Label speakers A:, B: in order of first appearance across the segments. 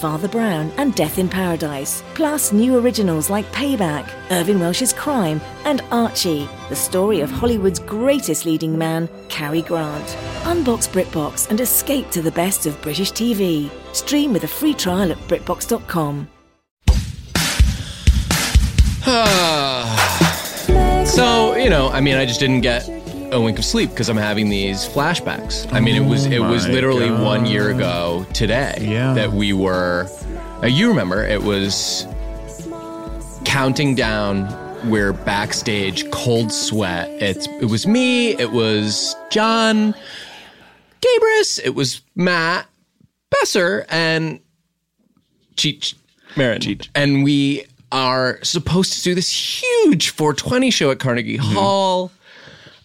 A: Father Brown, and Death in Paradise, plus new originals like Payback, Irving Welsh's Crime, and Archie, the story of Hollywood's greatest leading man, Cary Grant. Unbox BritBox and escape to the best of British TV. Stream with a free trial at BritBox.com.
B: so you know, I mean, I just didn't get a wink of sleep because I'm having these flashbacks. I mean, it was it was
C: Oh my
B: literally
C: God.
B: one year ago today
C: Yeah.
B: that we were. Uh, you remember it was counting down. We're backstage, cold sweat. It's it was me. It was John, Gabris. It was Matt Besser and Cheech Marin. And we are supposed to do this huge 420 show at Carnegie
C: Mm-hmm.
B: Hall.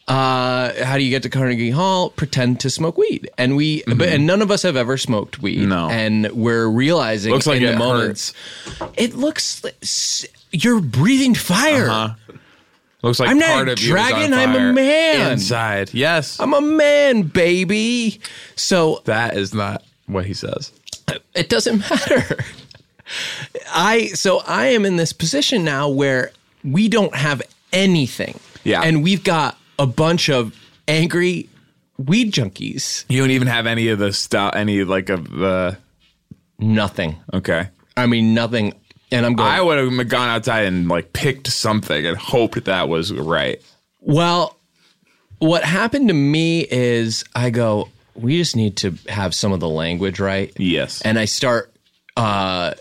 B: Uh, how do you get to Carnegie Hall? Pretend to smoke weed, and we, but and none of us have ever smoked weed.
C: Mm-hmm. No.
B: and we're realizing
C: Looks like
B: in the
C: it
B: moments, it looks like s- you're breathing fire.
C: Uh-huh. Looks like
B: I'm not
C: part
B: a
C: of you is on
B: dragon, I'm a
C: fire
B: man.
C: inside. Yes,
B: I'm a man, baby. So
C: that is not what he says.
B: it doesn't matter. I so I am in this position now where we don't have anything.
C: Yeah.
B: And we've got a bunch of angry weed junkies.
C: You don't even have any of the stuff. Any like of the
B: Nothing.
C: okay.
B: I mean nothing. And I'm going
C: I would have gone outside and like picked something and hoped that was right.
B: Well, what happened to me is I go, we just need to have some of the language right.
C: Yes.
B: And I start uh,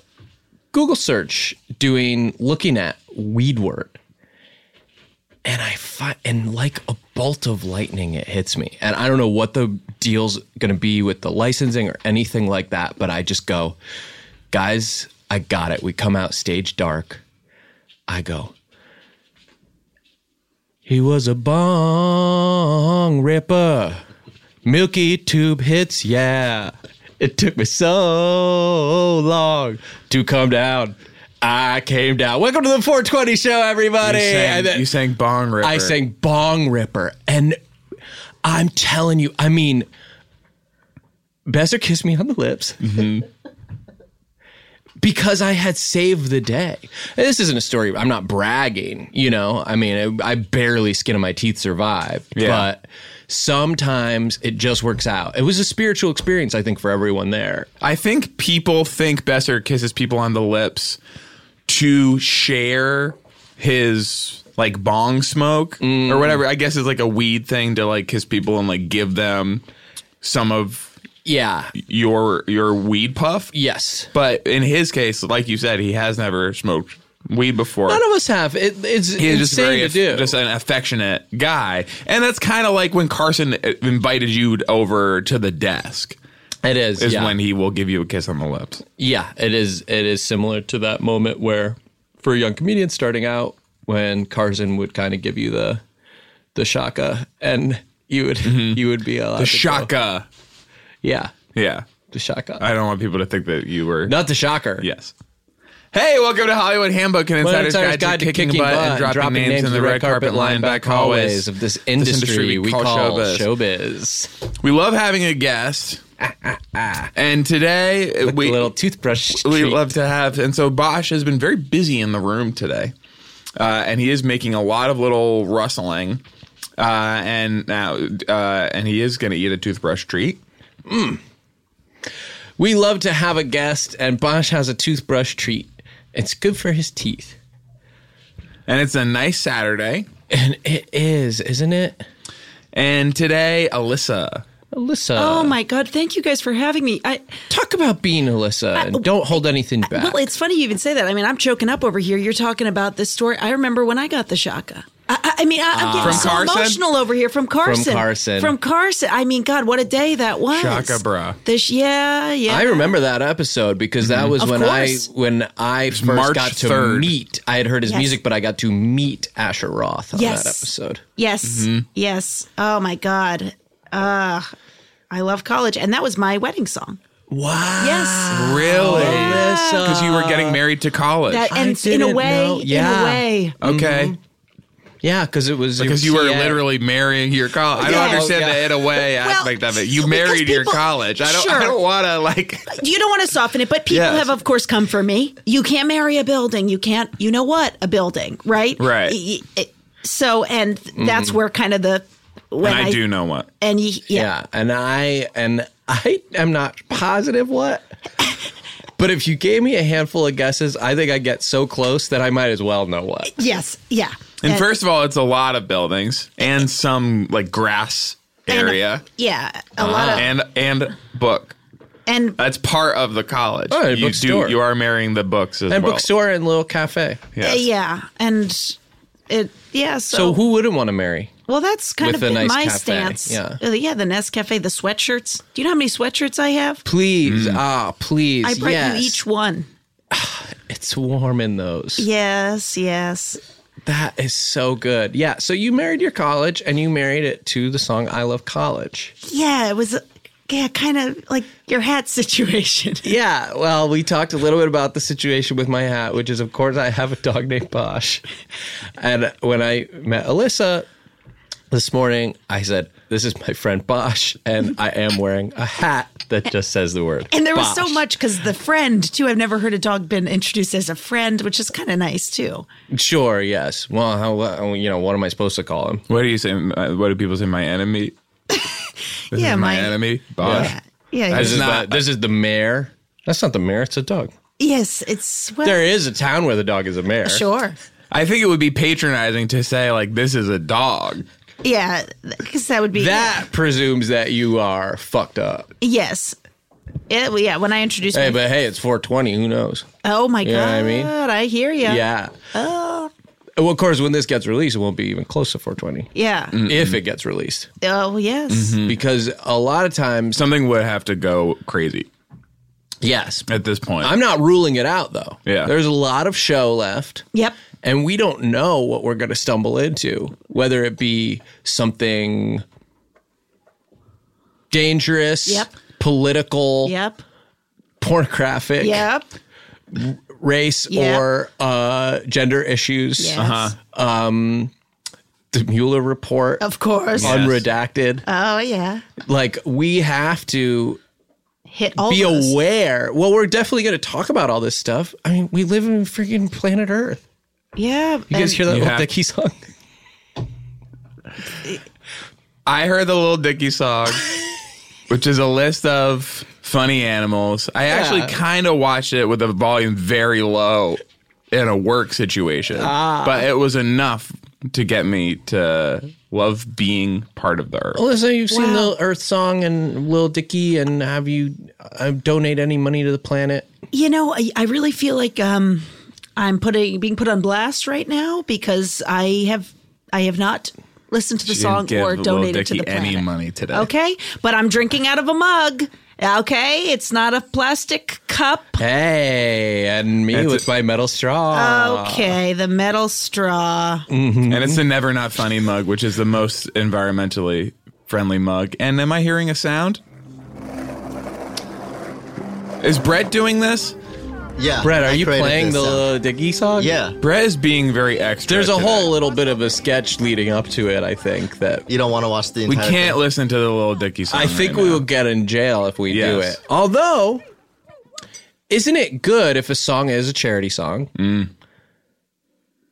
B: Google search doing looking at weed word. And I find, and like a bolt of lightning, it hits me. And I don't know what the deal's going to be with the licensing or anything like that, but I just go, guys, I got it. We come out stage dark. I go, he was a bong ripper. Milky tube hits, yeah. It took me so long to come down. I came down. Welcome to the 420 show, everybody.
C: You sang,
B: And then-
C: you sang bong ripper.
B: I sang Bong Ripper. And I'm telling you, I mean, Besser kissed me on the lips.
C: Mm-hmm.
B: Because I had saved the day. And This isn't a story. I'm not bragging, you know. I mean, I, I barely skin of my teeth survived,
C: Yeah.
B: but sometimes it just works out. It was a spiritual experience, I think, for everyone there.
C: I think people think Besser kisses people on the lips to share his like bong smoke or whatever. I guess it's like a weed thing to like kiss people and like give them some of
B: Yeah.
C: your your weed puff.
B: Yes.
C: But in his case, like you said, he has never smoked weed before.
B: None of us have. It, it's insane
C: He's just very
B: to do.
C: just an affectionate guy, and that's kind of like when Carson uh, invited you over to the desk.
B: it is.
C: Is
B: yeah.
C: when he will give you a kiss on the lips.
B: Yeah, it is. It is similar to that moment where, for a young comedian starting out, when Carson would kind of give you the, the shaka, and you would you would be allowed
C: Mm-hmm. The
B: to go-
C: shaka.
B: Yeah,
C: Yeah.
B: the shaka.
C: I don't want people to think that you were.
B: Not the shocker.
C: Yes. Hey, welcome to Hollywood Handbook and
B: Well,
C: Insider's Guide, to Kicking, butt, and dropping, names, in the red carpet, line back hallways
B: of this industry, we call, showbiz.
C: We love having a guest. and today
B: We,
C: we
B: little toothbrush.
C: we
B: treat.
C: love to have and so Bosch has been very busy in the room today. Uh, and he is making a lot of little rustling. Uh, and now uh, and he is going to eat a toothbrush treat.
B: We love to have a guest, and Bosch has a toothbrush treat. It's good for his teeth,
C: And it's a nice Saturday.
B: and it is, isn't it,
C: And today Alyssa
B: Alyssa?
D: Oh my God! Thank you guys for having me. I,
B: Um, Talk about being Alyssa and don't hold anything back.
D: well, it's funny you even say that. I mean, I'm choking up over here. You're talking about this story. I remember when I got the shaka. I, I- I mean, I, I'm getting
C: From
B: Ah.
D: so
C: Carson?
D: emotional over here from Carson.
B: Carson.
D: From Carson. I mean, God, what a day that was.
C: Shaka bra.
D: This, yeah, yeah.
B: I remember that episode because that was
D: Of
B: when
D: course.
B: I when I first
C: Mm-hmm. March
B: got to
C: 3rd.
B: meet. I had heard his
D: Yes.
B: music, but I got to meet Asher Roth on
D: Yes.
B: that episode.
D: Yes,
B: Mm-hmm.
D: Ah, yes. Oh my God. Uh, I love college, and that was my wedding song.
B: Wow.
D: Yes. Oh,
C: Really?
B: Melissa.
C: Oh, Because you were getting married to college.
D: That
B: I
D: and in a
B: didn't
D: way,
B: know- yeah.
D: in a way.
C: okay.
B: Yeah, because it was
C: Because you were
B: yeah.
C: literally marrying your college. I don't
D: Yeah.
C: understand
B: Yeah.
C: the in a way aspect of it. You married your
D: people-
C: college. I don't. I
D: Sure.
C: don't want to like.
D: You don't want to soften it, but people
C: Yes.
D: have, of course, come for me. You can't marry a building. You can't. You know what? A building, right?
C: Right.
D: Y- y- it- So, and that's where kind of the when
C: And I do know what.
D: And y- yeah.
B: Yeah, and I and I am not positive what. But if you gave me a handful of guesses, I think I get so close that I might as well know what.
D: Yes. Yeah.
C: And first of all, it's a lot of buildings and some like grass
D: and-
C: area Uh-huh.
D: yeah, a lot of
C: and and book.
D: and uh,
C: That's part of the college.
B: Oh, and
C: you
B: bookstore.
C: you are marrying the books as
B: And
C: well.
B: bookstore and little cafe.
D: uh,
C: Yes.
D: yeah, and it yeah. So,
B: So who wouldn't want to marry?
D: well, that's kind
B: with
D: of
B: the
D: been
B: nice
D: my
B: cafe,
D: stance.
B: yeah.
D: Uh, yeah, the Nest Cafe, the sweatshirts. Do you know how many sweatshirts I have?
B: Please, ah, please.
D: I brought
B: yes.
D: you each one.
B: It's warm in those.
D: Yes, yes.
B: That is so good. Yeah. So you married your college and you married it to the song I Love College.
D: Yeah, it was uh, yeah, kind of like your hat situation.
B: Yeah. Well, we talked a little bit about the situation with my hat, which is, of course, I have a dog named Bosch. And when I met Alyssa this morning, I said, This is my friend Bosch. And I am wearing a hat that just says the word.
D: And there was so
B: Bosch.
D: much because the friend too. I've never heard a dog been introduced as a friend, which is kind of nice too.
B: Sure. Yes. Well, how, uh, you know, what am I supposed to call him?
C: What do you say? uh, What do people say? My enemy. This
D: Yeah,
C: is my,
D: my-
C: enemy. Bosh.
D: Yeah, yeah.
C: That's
B: This is,
C: not-
B: the, this is the mayor. That's not the mayor. It's a dog.
D: yes, it's well,
B: There is a town where the dog is a mayor.
D: sure.
C: I think it would be patronizing to say like this is a dog.
D: Yeah, because that would be
B: That presumes that you are fucked up.
D: Yes. Yeah, well, yeah, when I introduced
B: Hey,
D: my-
B: but hey, it's 420. Who knows?
D: Oh my
B: know what
D: god.
B: I mean?
D: I hear you.
B: Yeah. Well, of course, when this gets released, it won't be even close to 420
D: Yeah.
B: if it gets released.
D: Oh, yes.
B: Mm-hmm. Mm. Because a lot of times,
C: Something would have to go crazy
B: yes,
C: at this point.
B: I'm not ruling it out though.
C: Yeah.
B: There's a lot of show left.
D: Yep.
B: And we don't know what we're going to stumble into, whether it be something dangerous,
D: Yep.
B: political,
D: Yep.
B: pornographic,
D: Yep.
B: race
D: Yep.
B: or uh, gender issues. Uh-huh.
D: Yes.
C: Uh-huh.
B: The Mueller report,
D: Of course.
C: Yeah.
B: unredacted.
D: Oh yeah.
B: like we have to
D: Hit all
B: be
D: those.
B: aware. Well, we're definitely going to talk about all this stuff. I mean, we live in freaking planet Earth.
D: Yeah.
B: You guys hear that
C: You
B: little
C: have-
B: Dicky song?
C: I heard the little Dicky song, which is a list of funny animals. I actually kind of watched it with the volume very low in a work situation,
D: Ah.
C: but it was enough to get me to love being part of the earth.
B: Alyssa, you've seen
D: Wow.
B: Little Earth Song and Little Dicky, and have you uh, donate any money to the planet?
D: You know, I, I really feel like um, I'm putting being put on blast right now because I have I have not listened to the
C: She didn't
D: song
C: give
D: or
C: Lil
D: donated to
C: Dicky
D: the planet.
C: any money today.
D: Okay, but I'm drinking out of a mug. Okay, it's not a plastic cup.
B: Hey, and me
C: That's
B: with
C: it.
B: my metal
D: Uh,
B: straw.
D: Okay, the metal straw.
C: And
B: Mm-hmm.
C: it's the Never Not Funny mug, which is the most environmentally friendly mug. And am I hearing a sound? Is Brett doing this?
E: Yeah.
B: Brett, are
E: I
B: you
E: created
B: playing
E: this
B: the
E: sound.
B: Little Dicky song?
E: Yeah.
C: Brett is being very extra.
B: There's a
C: today.
B: whole little bit of a sketch leading up to it, I think, that
E: You don't want to watch the
C: We
E: entire
C: can't listen to the little Dicky song.
B: I think
C: right
B: we
C: now.
B: will get in jail if we do
C: Yes.
B: it. Although, isn't it good if a song is a charity song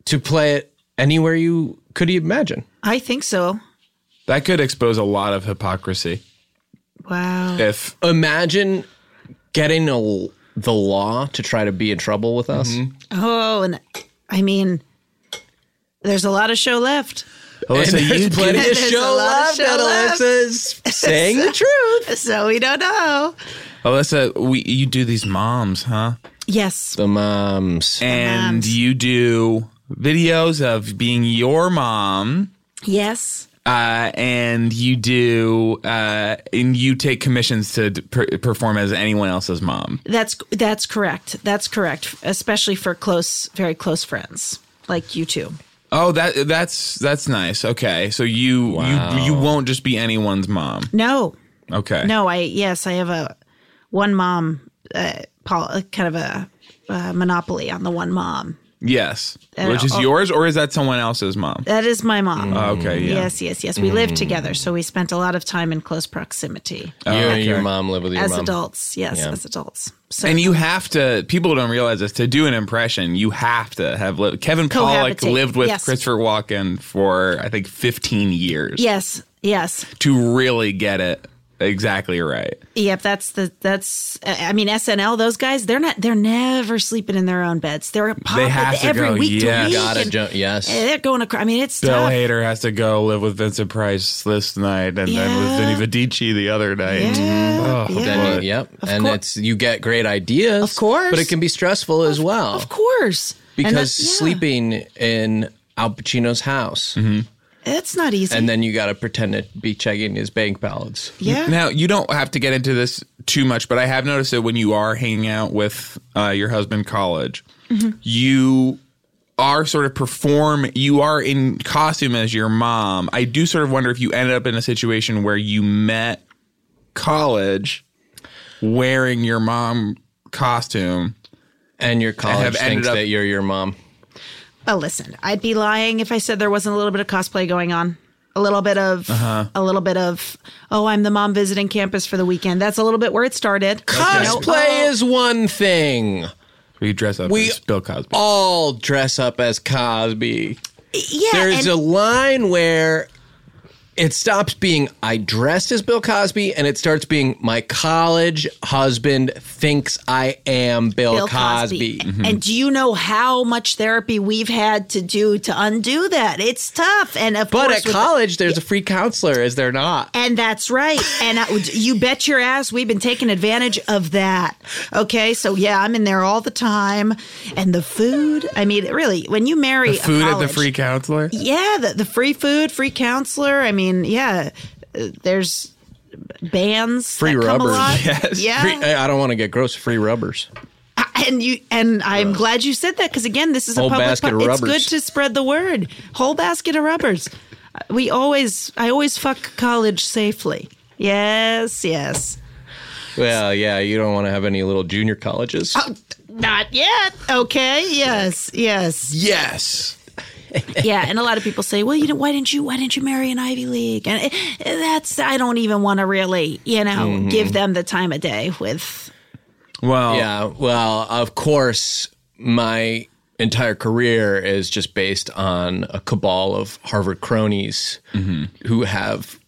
B: to play it anywhere you could imagine?
D: I think so.
C: That could expose a lot of hypocrisy.
D: Wow.
C: If
B: Imagine getting a, the law to try to be in trouble with us.
D: Oh, and I mean, there's a lot of show left.
B: And
C: Alyssa,
B: there's
C: you
B: plenty
C: do,
B: of
D: There's a
B: show
D: lot of
B: left
D: show
B: that
D: left.
B: Alyssa's saying the truth.
D: So we don't know.
C: Alyssa, we you do these moms, huh?
D: Yes.
B: The moms.
C: And
D: moms.
C: you do videos of being your mom.
D: Yes.
C: uh, and you do uh, and you take commissions to d- per- perform as anyone else's mom.
D: That's that's correct. That's correct, especially for close, very close friends like you two.
C: Oh, that that's that's nice. Okay, so you you you won't just be anyone's mom.
D: No,
C: Okay,
D: no, I yes, I have a one mom uh, pol- kind of a uh, monopoly on the one mom.
C: Yes.
D: Uh,
C: Which is
D: oh.
C: yours or is that someone else's mom?
D: That is my
C: Okay,
D: mom.
C: Mm. Oh, yeah. Mm.
D: Yes, yes, yes. We lived together, so we spent a lot of time in close proximity
B: You and
C: okay.
B: your mom live with your
D: as
B: mom.
D: adults. Yes,
B: Yeah.
D: as adults. So
C: And you have to. People don't realize this. To do an impression, you have to have lived. Kevin Pollak
D: Cohabitate,
C: lived with
D: yes.
C: Christopher Walken for I think 15 years.
D: yes, yes.
C: To really get it exactly right.
D: Yep, that's the that's. I I mean, SNL. Those guys, they're not. They're never sleeping in their own beds. They're popping
C: have to
D: every
C: go,
D: week
C: yeah.
D: to week.
C: Gotta
B: Gotta
D: and-
B: jump. Yes.
D: eh, They're going across. I mean, it's
C: Bill
D: tough.
C: Hader has to go live with Vincent Price this night, and then with
D: Yeah.
C: Vinny Vidici the other night.
D: Yeah,
C: Oh,
D: yeah.
B: Then you-
C: boy.
B: yep.
D: Of
B: and
D: cour-
B: it's you get great ideas,
D: Of course.
B: but it can be stressful as well
D: Of course, And
B: because
D: that- yeah.
B: sleeping in Al Pacino's house,
D: It's not easy.
B: and then you got to pretend to be checking his bank balance.
D: yeah,
C: Now you don't have to get into this too much, but I have noticed that when you are hanging out with uh, your husband, college, you are sort of perform. You are in costume as your mom. I do sort of wonder if you ended up in a situation where you met college wearing your mom costume.
B: And your college
C: ended
B: thinks
C: up-
B: that you're your mom.
D: Oh, listen, I'd be lying if I said there wasn't a little bit of cosplay going on. A little bit of,
B: Uh-huh.
D: a little bit of, oh, I'm the mom visiting campus for the weekend. That's a little bit where it started.
B: Cosplay is one thing.
C: We dress up
B: We
C: as Bill Cosby.
B: all dress up as Cosby.
D: yeah,
B: There's
D: and-
B: a line where it stops being I dressed as Bill Cosby and it starts being my college husband thinks I am Bill,
D: Bill
B: Cosby. Mm-hmm.
D: Cosby. And do you know how much therapy we've had to do to undo that? It's tough. And of
B: But
D: course,
B: at
D: with-
B: college, there's a free counselor, is there not?
D: and that's right. And I, you bet your ass we've been taking advantage of that. Okay. So, yeah, I'm in there all the time. And the food, I mean, really, when you marry a
C: Food at the
D: college-
C: free counselor.
D: Yeah, the, the free food, free counselor. I mean, yeah, uh, there's bands,
B: Free
D: that come
B: rubbers.
D: along.
C: Yes.
D: yeah.
B: Free, uh, I don't want to get gross. Free rubbers.
D: and you and I'm glad you said that because again, this is a
B: Whole
D: public.
B: basket of
D: it's
B: rubbers.
D: good to spread the word. Whole basket of rubbers. We always, I always fuck college safely. Yes, yes.
B: Well, yeah, you don't want to have any little junior colleges.
D: Not yet. Okay. Yes. Yes.
C: Yes.
D: yeah, and a lot of people say, "Well, you know, why didn't you why didn't you marry an Ivy League?" And it- that's I don't even want to really, you know,
C: Mm-hmm.
D: give them the time of day with
C: Well.
B: Yeah, well, of course, my entire career is just based on a cabal of Harvard cronies
C: Mm-hmm.
B: who have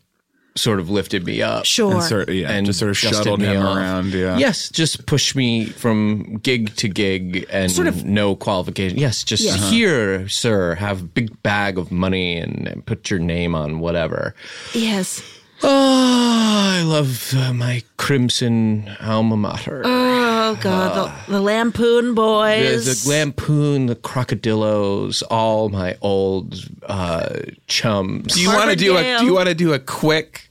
B: sort of lifted me up.
D: sure.
C: And sort of, yeah,
B: And
C: just sort of
B: dusted
C: shuttled
B: me
C: him
B: off.
C: around. Yeah.
B: Yes, just push me from gig to gig and sort of no qualification. Yes, just
C: Uh-huh.
B: here, sir, have big bag of money and, and put your name on whatever.
D: Yes.
B: Oh, I love uh, my crimson alma mater.
D: Oh god,
C: Ah.
D: the, the Lampoon Boys.
B: the, the lampoon, the crocodillos, all my old uh, chums.
C: Do you want to
D: Harvard
C: do a?
D: Yale.
C: Do you want to do a quick?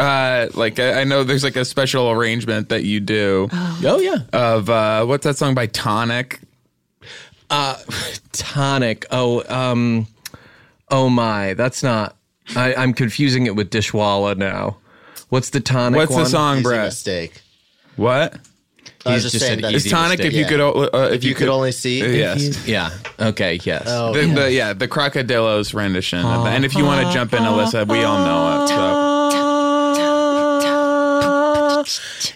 C: Uh, like I, I know there's like a special arrangement that you do
B: oh yeah,
C: of uh, what's that song by Tonic?
B: tonic. Oh, um, oh my, that's not. I, I'm confusing it with Dishwalla now. What's the tonic?
C: What's the
B: one?
C: song,
E: Easy
C: Brett?
E: mistake.
C: What?
E: I
B: He's
E: was just,
B: just
E: saying
B: an
E: that.
C: It's
B: easy-
C: Tonic. If
B: mistake.
C: you could, o- uh, if,
E: If you could only see.
C: Uh, yes.
B: Yeah. Okay. Yes.
E: Oh,
C: The,
E: yeah.
C: the, yeah, the Crocodillos rendition, of that. and if you want to jump in, Alyssa, we all know it. So.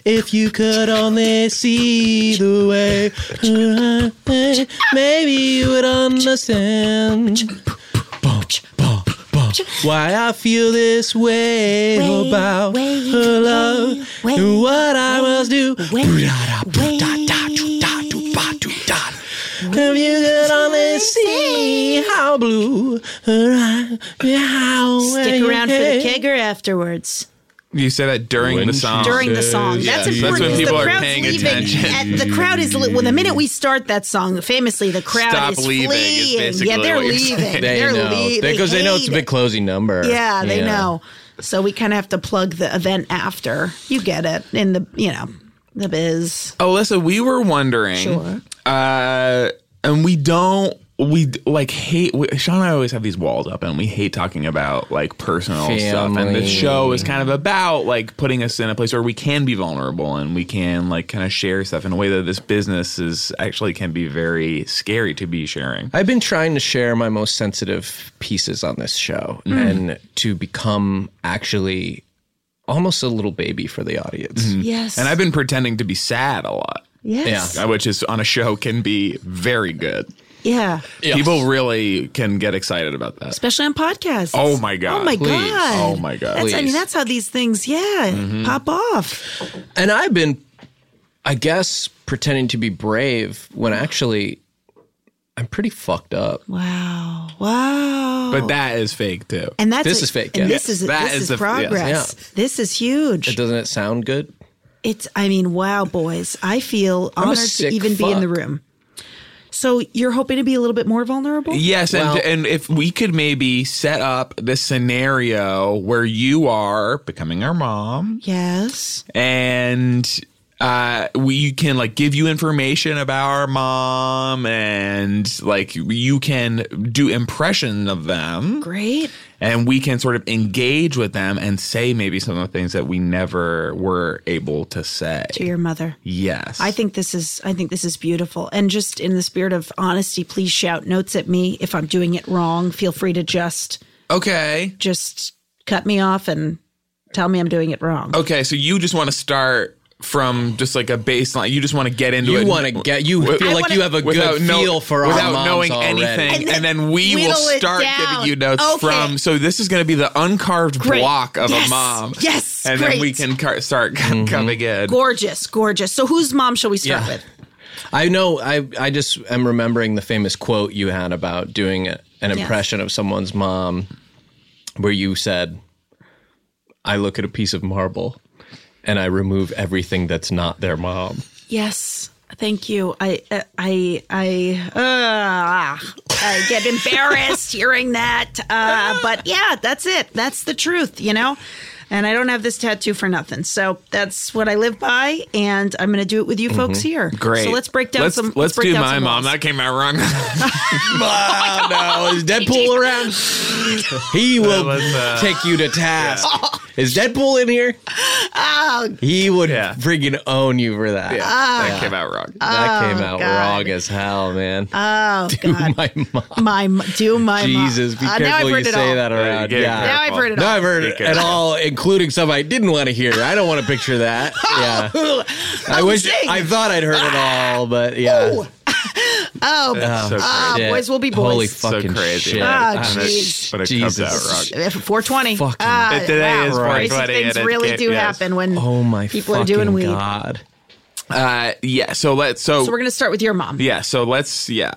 B: If you could only see the way, maybe you would understand why I feel this way about her love and what I must do. If you could only see how blue her eyes, how
D: Stick around for the kegger afterwards.
C: You say that during
B: When
C: the song.
D: during the song.
C: Yes,
D: That's
C: That's
D: important.
C: when
D: 'cause
C: people
D: the
C: are
D: crowd's
C: paying
D: leaving.
C: attention.
D: At- the crowd is li- well. The minute we start that song, famously, the crowd
C: Stop
D: is
C: leaving is
D: fleeing. yeah,
C: basically
D: they're
C: what you're
D: leaving.
C: saying.
B: They
D: are
B: know
D: leaving.
B: because they, know it's a big closing number.
D: Yeah, they know. So we kind of have to plug the event after. You get it in the you know the biz.
C: Alyssa, we were wondering,
D: Sure.
C: uh, and we don't we like hate we, Sean and I always have these walls up and we hate talking about like personal stuff and
B: Family.
C: this show is kind of about like putting us in a place where we can be vulnerable and we can like kind of share stuff in a way that this business is actually can be very scary to be sharing.
B: I've been trying to share my most sensitive pieces on this show
D: Mm.
B: and to become actually almost a little baby for the audience.
C: Mm-hmm.
D: Yes.
C: And I've been pretending to be sad a lot.
D: Yes.
B: Yeah.
C: Which is on a show can be very good.
D: Yeah.
B: Yes.
C: People really can get excited about that.
D: Especially on podcasts.
C: Oh my God.
D: Oh my
C: Please.
D: god.
C: Oh my God.
D: That's, I
B: Please.
D: mean, that's how these things, yeah, pop off.
B: And I've been, I guess, pretending to be brave when actually I'm pretty fucked up.
D: Wow. Wow.
C: But that is fake too.
D: Oh. and that's
B: this is fake,
D: And
B: yeah.
D: this is
C: That
D: this
C: is
D: is,
C: the- yes,
D: progress. This is huge.
B: Doesn't it sound good?
D: It's, I mean, wow, boys. I feel
B: a
D: honored to
B: sick
D: even be in the
B: fuck.
D: room. So you're hoping to be a little bit more vulnerable?
C: Yes,
B: Well-
C: and and if we could maybe set up this scenario where you are becoming our mom
D: Yes.
C: and uh, we can like give you information about our mom and like you can do impression of them
D: Great.
C: and we can sort of engage with them and say maybe some of the things that we never were able to say.
D: To your mother.
C: Yes.
D: I think this is I think this is beautiful. And just in the spirit of honesty, please shout notes at me if I'm doing it wrong. Feel free to just
C: okay.
D: just cut me off and tell me I'm doing it wrong.
C: Okay, so you just want to start from just like a baseline. You just want to get into it.
B: You want to get you feel like
D: wanna-
B: you have a
C: without
B: good
C: know-
B: feel for our
C: without
B: moms
C: knowing
B: already.
C: anything,
D: And
C: and
D: then
C: then, we will
D: whittle it
C: start
D: down.
C: giving you notes
D: Okay.
C: from. So this is going to be the uncarved
D: Great.
C: block of
D: Yes.
C: a mom.
D: Yes.
C: and then we
D: Great.
C: can car- start
B: Mm-hmm.
C: c- coming in.
D: Gorgeous, gorgeous. So whose mom shall we start
B: Yeah.
D: with?
B: I know. I I just am remembering the famous quote you had about doing a, an impression of someone's mom, where you said, "I look at a piece of marble, and I remove everything that's not their mom."
D: Yes. Thank you. I uh, I I uh, I get embarrassed hearing that. Uh, but yeah, that's it. That's the truth, you know. And I don't have this tattoo for nothing. So that's what I live by, and I'm going to do it with
B: Mm-hmm.
D: you folks here.
C: Great.
D: So let's break down
C: Let's,
D: some.
C: Let's,
D: break
C: do
D: down
C: my
D: some
C: mom.
D: walls.
C: That came out wrong.
B: oh no! Is Deadpool around? He will
C: was, uh,
B: take you to task. Is Deadpool in here?
D: Oh,
B: he would
C: Yeah.
B: friggin' own you for that.
D: Ah.
C: that came out wrong.
B: That came out
D: Oh, God.
B: wrong as hell, man.
D: Oh
B: Ooh,
D: God.
B: my mom.
D: My m- do my mom.
B: Jesus, be
D: Uh, now I've
B: careful
D: heard
B: you
D: it
B: say
D: all.
B: that around.
C: Yeah,
B: Yeah.
D: Now I've heard it
B: No,
D: all.
B: I've heard it at all, including some I didn't want to hear. I don't want to picture that.
D: Oh,
B: Yeah, I wish
D: zing.
B: I thought I'd heard it all, but yeah,
D: Oh,
C: That's so
D: Ah,
C: crazy.
D: boys will be boys.
B: Holy
C: so
B: fucking
C: crazy.
B: shit!
D: Ah,
C: I don't know,
D: jeez.
C: But it comes
B: Jesus.
C: out wrong.
D: 420.
B: Fucking-
D: Ah,
C: But today is
D: crazy
C: 420,
D: Things
C: and it
D: really
C: can't-
D: do
C: yes.
D: happen when
B: Oh my
D: people are doing
B: fucking
D: weed.
B: God.
C: Uh, yeah. So let's. So,
D: So we're going to start with your mom.
C: yeah. So let's. Yeah.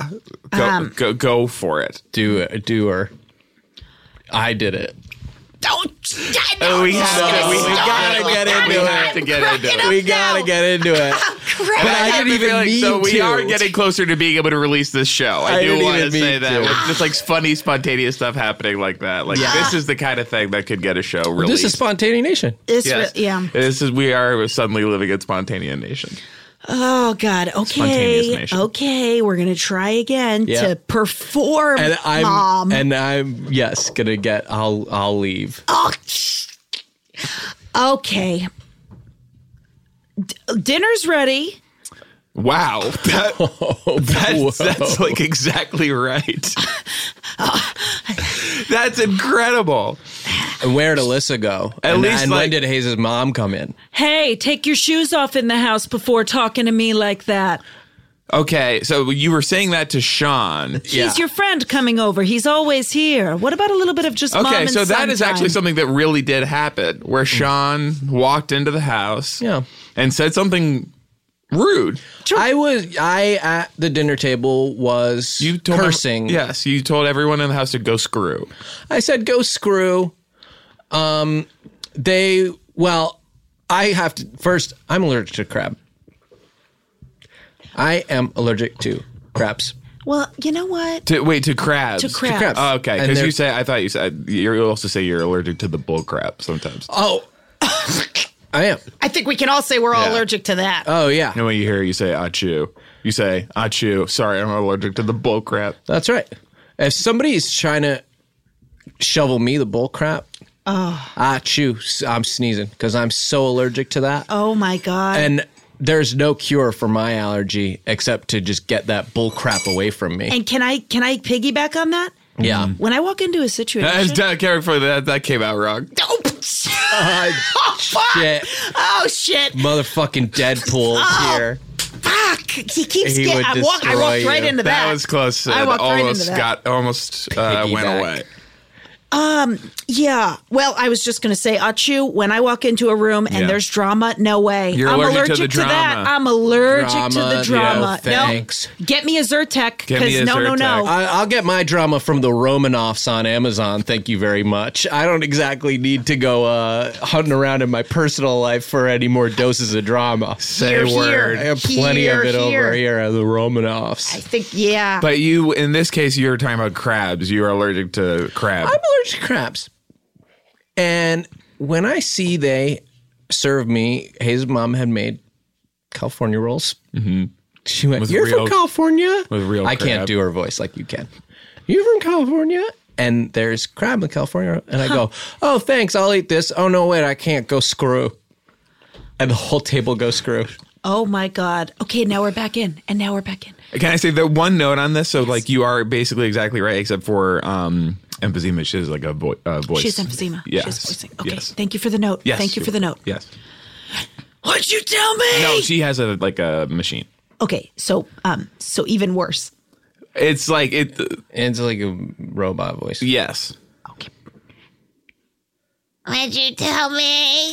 C: Go
D: Um,
C: go go for it.
B: Do it, doer. I did it.
D: Don't.
C: Oh, we have to. We,
B: we gotta get into
C: We have
B: it.
C: to get into it.
B: We gotta get into it. But
C: And
B: I
C: have
B: didn't
C: the
B: even
C: feeling-
B: mean
C: so we
B: to.
C: are getting closer to being able to release this show. I,
B: I
C: do
B: didn't
C: want to
B: even mean
C: say that.
B: to.
C: With just like funny, spontaneous stuff happening like that. Like this is the kind of thing that could get a show released.
B: This is spontaneous nation.
D: This
C: Yes.
D: re- yeah.
C: This is we are suddenly living in spontaneous nation.
D: Oh God.
C: Spontaneous
D: Okay.
C: nation.
D: Okay. We're gonna try again
B: Yeah.
D: to perform,
B: And I'm
D: mom.
B: and I'm yes gonna get. I'll I'll leave.
D: Oh, sh- okay. D- dinner's ready.
C: Wow, that, that's, that's like exactly right. that's incredible.
B: And where did Alyssa go?
C: At
B: and,
C: least,
B: and
C: like-
B: when did Hayes' mom come in?
D: Hey, take your shoes off in the house before talking to me like that.
C: Okay, so you were saying that to Sean.
D: He's your friend coming over. He's always here. What about a little bit of just Mom
C: Okay,
D: and
C: so that
D: son
C: is actually
D: time?
C: something that really did happen where Sean walked into the house
B: Hmm. Yeah.
C: and said something rude.
B: I was I at the dinner table was
C: You told ev-
B: cursing.
C: yes, you told everyone in the house to go screw.
B: I said go screw. Um, they well, I have to first. I'm allergic to crab. I am allergic to crabs.
D: Well, you know what?
C: To wait to crabs.
D: To crabs.
B: crabs.
C: Oh, okay,
B: And
C: because
B: they're-
C: you say I thought you said you also say you're allergic to the bull crap sometimes.
B: Oh. I am.
D: I think we can all say we're all
C: Yeah.
D: allergic to that.
B: Oh yeah,
C: And when you hear it, you say achoo. You say achoo. Sorry, I'm allergic to the bull crap.
B: that's right. If somebody's trying to shovel me the bull crap, I chew. I'm sneezing because I'm so allergic to that.
D: oh my god.
B: And there's no cure for my allergy except to just get that bull crap away from me.
D: And can I can I piggyback on that?
B: yeah.
C: Mm-hmm.
D: When I walk into a situation,
C: That's not caring for that. That came out wrong.
D: oh,
B: God,
D: fuck!
B: shit.
D: Oh shit!
B: Motherfucking Deadpool's here.
D: Fuck! He keeps
B: He
D: getting.
B: would
D: I, walk, I
B: destroy
D: walked right
B: you.
D: into that.
C: That was close.
D: I
C: Sid.
D: walked right
C: almost
D: into that.
C: got almost uh, went
B: Piggyback.
C: away.
D: Yeah. Well, I was just gonna say, Achu, when I walk into a room and
C: Yeah.
D: there's drama, no way.
C: You're
D: I'm
C: allergic to the
D: that.
C: drama.
D: I'm allergic
B: Drama,
D: to
B: no
D: the drama.
B: thanks.
D: Get me a Zyrtec.
C: Get me
D: Because
C: a
D: no, no, no.
C: Zyrtec.
B: I, I'll get my drama from the Romanoffs on Amazon. Thank you very much. I don't exactly need to go uh, hunting around in my personal life for any more doses of drama.
C: Say
D: Here,
C: a
D: here.
C: word.
B: I have plenty of
D: Here,
B: it over
D: here.
B: here on the
D: I
B: Romanoffs.
D: think yeah.
C: But you, in this case, you were talking about crabs. You are allergic to crab.
B: I'm allergic to crabs. And when I see they serve me, Hayes' mom had made California rolls. Mm-hmm. She went,
C: With
B: You're
C: real-
B: from California?
C: with real
B: I can't
C: crab.
B: do her voice like you can. You're from California? And there's crab in California. And I go, Oh, thanks. I'll eat this. Oh, no, wait. I can't. Go screw. And the whole table goes screw.
D: oh my god. Okay, now we're back in, and now we're back in.
C: Can I say the one note on this? So, like, you are basically exactly right, except for um, emphysema. She has like a, vo- uh, voice.
D: She's emphysema.
C: Yes.
D: She's voicing. Okay.
C: Yes.
D: Thank you for the note.
C: Yes.
D: Thank you for the note.
C: Yes.
D: What'd you tell me?
C: No, she has a like a machine.
D: okay. So um. So even worse.
C: It's like it.
B: And it's like a robot voice.
C: yes.
D: Okay.
E: What'd you tell me?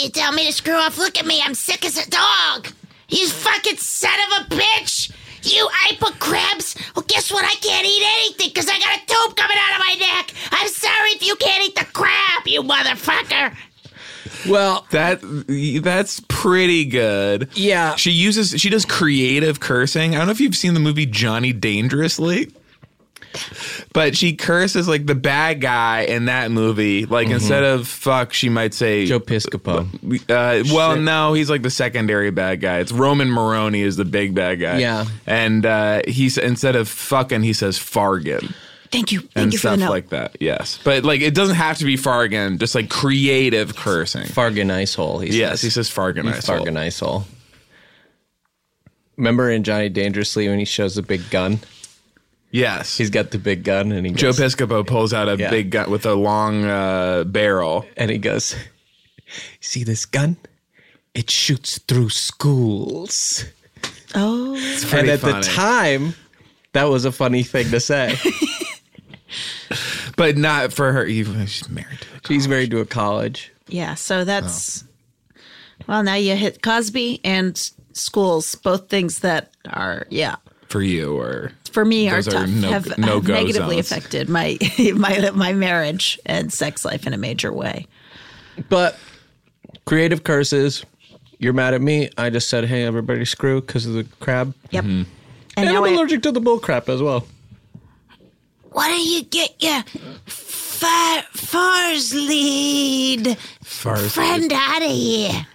E: You tell me to screw off. Look at me. I'm sick as a dog. You fucking son of a bitch. You Ipa crabs. Well, guess what? I can't eat anything because I got a tube coming out of my neck. I'm sorry if you can't eat the crab, you motherfucker.
B: Well,
C: That that's pretty good.
B: Yeah.
C: She uses she does creative cursing. I don't know if you've seen the movie Johnny Dangerously. But she curses like the bad guy in that movie. Like
D: Mm-hmm.
C: instead of fuck, she might say
B: Joe Piscopo.
C: Uh, well, no, he's like the secondary bad guy. It's Roman Maroney is the big bad guy.
B: Yeah.
C: and uh, he's instead of fucking, he says Fargan
D: Thank you. Thank
C: and
D: you for the
C: stuff
D: note.
C: like that. Yes, but like it doesn't have to be Fargan. Just like creative cursing.
B: Fargan Ice Hole. He
C: Yes,
B: says.
C: he says Fargan.
B: You
C: asshole.
B: Fargan Isol. Remember in Johnny Dangerously when he shows the big gun?
C: Yes,
B: He's got the big gun and he
C: Joe
B: goes,
C: Piscopo pulls out a
B: Yeah.
C: big gun with a long uh, barrel.
B: and he goes, "See this gun? It shoots through schools."
D: Oh.
B: And
C: pretty
B: at
C: funny.
B: the time, that was a funny thing to say.
C: but not for her. Even she's married. to a
B: She's married to a college.
D: Yeah, so that's
C: Oh.
D: well. Now you hit Cosby and s- schools, both things that are yeah
C: cop. for you or
D: for me
C: Those
D: are
C: are
D: tough.
C: no-
D: have,
C: no
D: have
C: go
D: negatively
C: zones.
D: affected my my my marriage and sex life in a major way.
B: But creative curses. You're mad at me. I just said, "Hey, everybody, screw" because of the crab.
D: Yep.
C: Mm-hmm.
D: And,
B: And,
D: now
B: I'm
D: I,
B: allergic to the bull crap as well.
E: Why don't you get your far, far's lead friend out of here?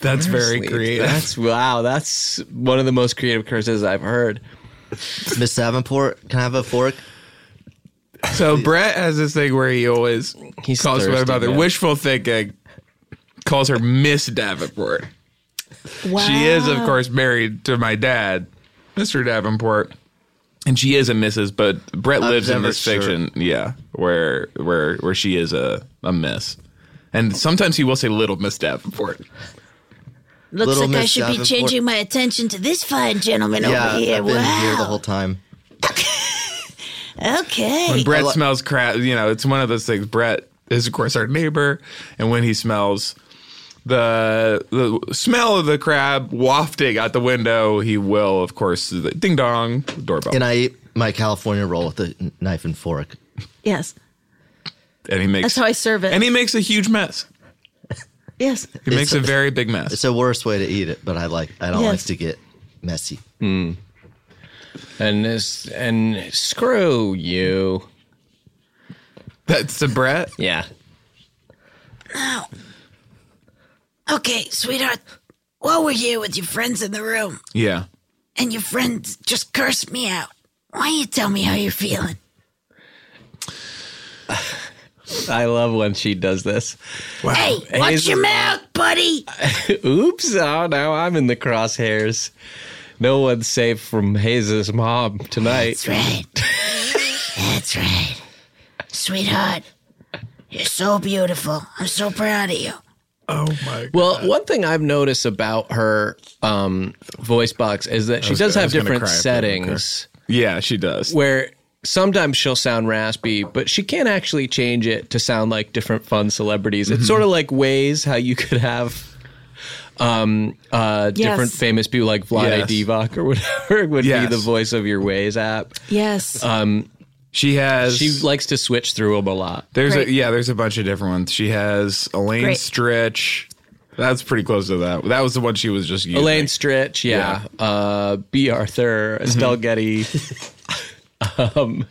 C: That's very creative.
B: That's wow. That's one of the most creative curses I've heard.
F: Miss Davenport, can I have a fork?
C: So Brett has this thing where he always
B: He's
C: calls her
B: thirsty,
C: about their
B: man.
C: wishful thinking, calls her Miss Davenport.
D: wow.
C: She is, of course, married to my dad, Mr. Davenport. And she is a Mrs., but Brett
F: I was
C: lives in
F: never
C: this
F: sure.
C: fiction, yeah, where where where she is a, a miss. And sometimes he will say little Miss Davenport.
E: Looks
F: Little
E: like I
F: Miss
E: should be
F: Davenport.
E: changing my attention to this fine
D: Oh,
E: gentleman
F: yeah,
E: over here.
F: I've been
E: wow.
F: here the whole time.
E: Okay.
C: When Brett
F: I li-
C: smells crap, you know, it's one of those things. Brett is, of course, our neighbor, and when he smells the the smell of the crab wafting out the window, he will, of course, the ding dong doorbell,
F: And
C: and,
F: I eat my California roll with a kn- knife and fork.
D: Yes,
C: he makes
D: that's how I serve it.
C: and he makes a huge mess.
D: yes,
C: He makes a very big mess.
F: It's the worst way to eat it, but I like. I don't
D: Yes.
F: like to get messy.
B: And this and screw you.
C: That's the Brett.
B: Yeah.
D: Okay, sweetheart, what were you with your friends in the room?
C: Yeah.
D: And your friends just cursed me out. Why don't you tell me how you're feeling?
B: I love when she does this.
C: Wow.
D: Hey, watch
B: Hazel-
D: your mouth, buddy.
B: Oops. Oh, now I'm in the crosshairs. No one's safe from Hayes' mom tonight.
D: That's right. That's right. Sweetheart, you're so beautiful. I'm so proud of you.
B: Well, one thing I've noticed about her um, voice box is that she does
G: I
B: have
G: was gonna
B: different
G: cry if that didn't occur.
B: settings
C: Yeah, she does.
B: where sometimes she'll sound raspy, but she can't actually change it to sound like different fun celebrities. It's sort of like ways how you could have um uh different
D: Yes.
B: famous people like Vlade
C: Yes.
B: Divac or whatever would
C: Yes.
B: be the voice of your Ways app.
D: Yes.
C: Uh, She has.
B: She likes to switch through them a lot.
C: there's
D: Great.
C: a yeah. There's a bunch of different ones. She has Elaine
D: Great.
C: Stritch. That's pretty close to that. That was the one she was just using.
B: Elaine Stritch, yeah. Uh, B. Arthur,
C: Mm-hmm.
B: Estelle Getty. um,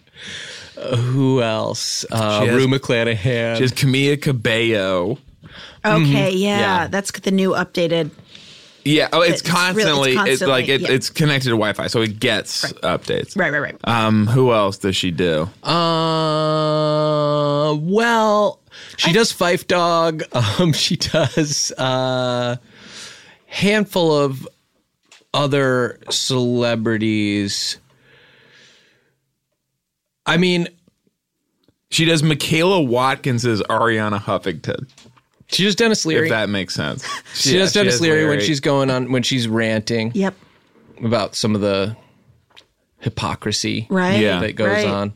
B: who else? Uh,
C: She has-
B: Rue McClanahan.
C: She has Camilla Cabello. mm-hmm.
D: okay, yeah,
B: yeah.
D: That's the new updated.
C: Yeah. Oh, it's,
D: It's really- it's
C: constantly. It's,
D: constantly,
C: like it,
D: yeah.
C: it's connected to Wi-Fi, so it gets updates.
D: Right, right, right.
C: Um. Who else does she do?
B: Uh, well, she does Fife Dog. Um, she does a uh, handful of other celebrities. I mean,
C: She does Michaela Watkins's Ariana Huffington.
B: she does Dennis Leary.
C: If that makes sense.
B: she does Dennis Leary when she's going on when she's ranting
D: yep.
B: about some of the hypocrisy
D: Right.
C: Yeah.
B: that goes
D: right.
B: on,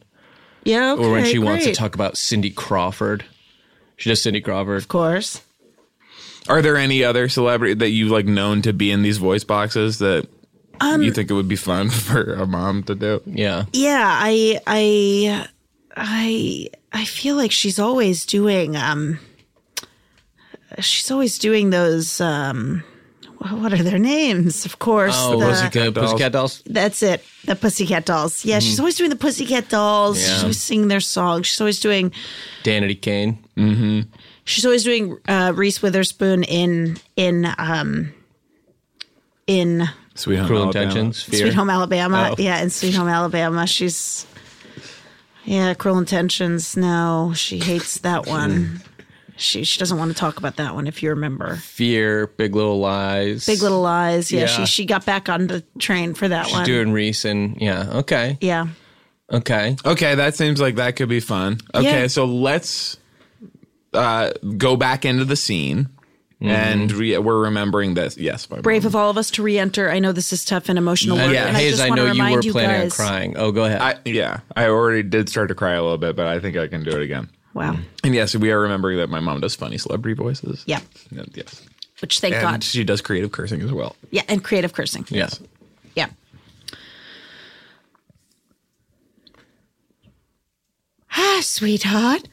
D: Yeah. Okay,
B: or when she wants to
D: great.
B: talk about Cindy Crawford. She does Cindy Crawford.
D: Of course.
C: Are there any other celebrity that you've like known to be in these voice boxes that
D: Um,
C: you think it would be fun for a mom to do?
B: Yeah.
D: Yeah, I, I, I, I feel like she's always doing. um She's always doing those. um wh- What are their names? Of course.
B: Oh,
D: the-
B: Pussycat,
C: Dolls.
B: Pussycat Dolls.
D: That's it. The Pussycat Dolls. Yeah, she's always doing the Pussycat Dolls.
B: Mm-hmm. Yeah.
D: She's always singing their songs. She's always doing.
B: Danity Kane.
D: She's always doing uh, Reese Witherspoon in in um in
C: Sweet Home
B: Cruel
C: Alabama.
B: Intentions. Fear.
D: Sweet Home Alabama.
B: Oh.
D: Yeah, in Sweet Home Alabama, she's yeah. Cruel Intentions. No, she hates that one. She she doesn't want to talk about that one. If you remember,
B: Fear. Big Little Lies.
D: Big Little Lies. Yeah,
B: Yeah.
D: she she got back on the train for that
B: She's
D: one.
B: doing Reese and yeah. Okay.
D: yeah.
B: Okay.
C: Okay, that seems like that could be fun. Okay,
D: Yeah.
C: so let's uh, go back into the scene. And re- we're remembering this. Yes, my
D: brave of all of us to re-enter. I know this is tough and emotional work.
B: Uh, yeah.
D: and I
B: Hayes,
D: just
B: I,
D: want
B: know
D: to
B: you
D: remind
B: were
D: you
B: planning
D: guys-
B: on crying. Oh, go ahead.
C: I, yeah, I already did start to cry a little bit, but I think I can do it again.
D: Wow.
C: And yes, we are remembering that my mom does funny celebrity voices.
D: Yeah.
C: And yes.
D: Which thank
C: And
D: God.
C: she does creative cursing as well.
D: Yeah, and creative cursing.
B: yes.
D: Yeah. Hi, Ah, sweetheart.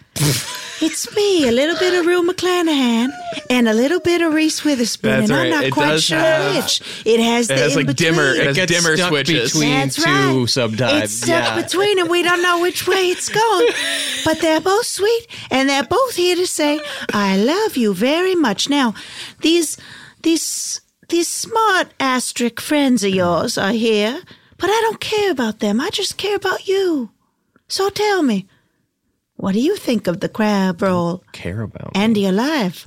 D: it's me, a little bit of Rue McClanahan and a little bit of Reese Witherspoon,
C: That's
D: and
C: right.
D: I'm not
C: It
D: quite
C: does
D: sure
C: have-
D: which. It has
C: It
D: the
C: has, like,
D: in-between.
C: dimmer- it has
B: Gets
C: dimmer
B: stuck
C: switches.
B: between
D: That's
B: two
D: right.
B: sometimes.
D: It's stuck
B: yeah.
D: between and we don't know which way it's going. but they're both sweet and they're both here to say, I love you very much. Now, these these these smart asterisk friends of yours are here, but I don't care about them. I just care about you. So tell me, what do you think of the crab roll
B: care about.
D: and your life?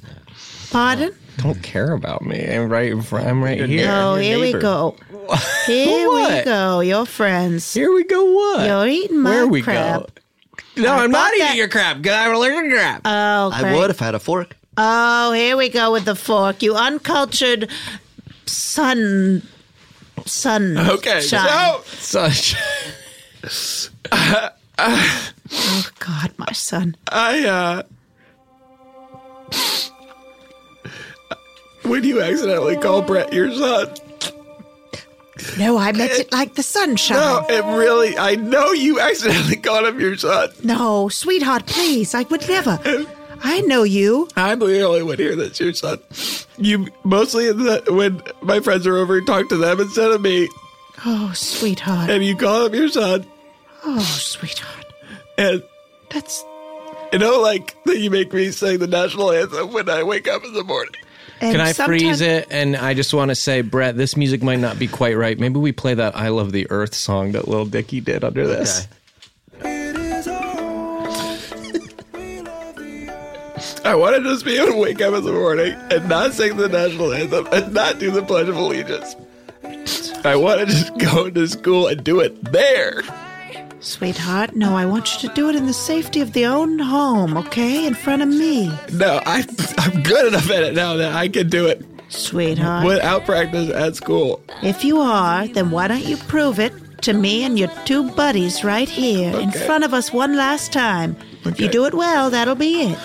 D: Pardon?
B: Don't care about me. I'm right. in front- I'm right Uh, here.
D: Oh, here we go. Here we
B: What?
D: go. Your friends.
B: Here we go. What?
D: You're eating my
B: Where we
D: crab.
B: go? No, I am not
D: thought
B: eating
D: that-
B: your crap. I will learn your crap.
D: Oh,
F: I
D: great.
F: would if I had a fork.
D: Oh, here we go with the fork. You uncultured sun sun.
C: Okay,
D: shine.
C: so
B: Such.
D: Oh God, my son.
C: I uh when you accidentally call Brett your son.
D: No, I meant it like the sunshine.
C: No, Oh, it really I know you accidentally called him your son.
D: No, sweetheart, please. I would never. I know you.
C: I'm the only one here that's your son. You mostly in the, when my friends are over, talk to them instead of me,
D: Oh, sweetheart.
C: and you call him your son,
D: Oh, sweetheart.
C: and
D: That's
C: you know, like that you make me sing the national anthem when I wake up in the morning.
D: And
B: Can I freeze
D: sometime-
B: it? And I just want to say, Brett, this music might not be quite right. Maybe we play that "I Love the Earth" song that Lil Dicky did under this.
F: Okay.
C: I want to just be able to wake up in the morning and not sing the national anthem and not do the Pledge of Allegiance. I want to just go to school and do it there.
D: Sweetheart, no, I want you to do it in the safety of the own home, okay? In front of me.
C: No, I, I'm good enough at it now that I can do it
D: Sweetheart.
C: without practice at school.
D: If you are, then why don't you prove it to me and your two buddies right here in
C: Okay.
D: front of us one last time? If you
C: Okay.
D: do it well, that'll be it.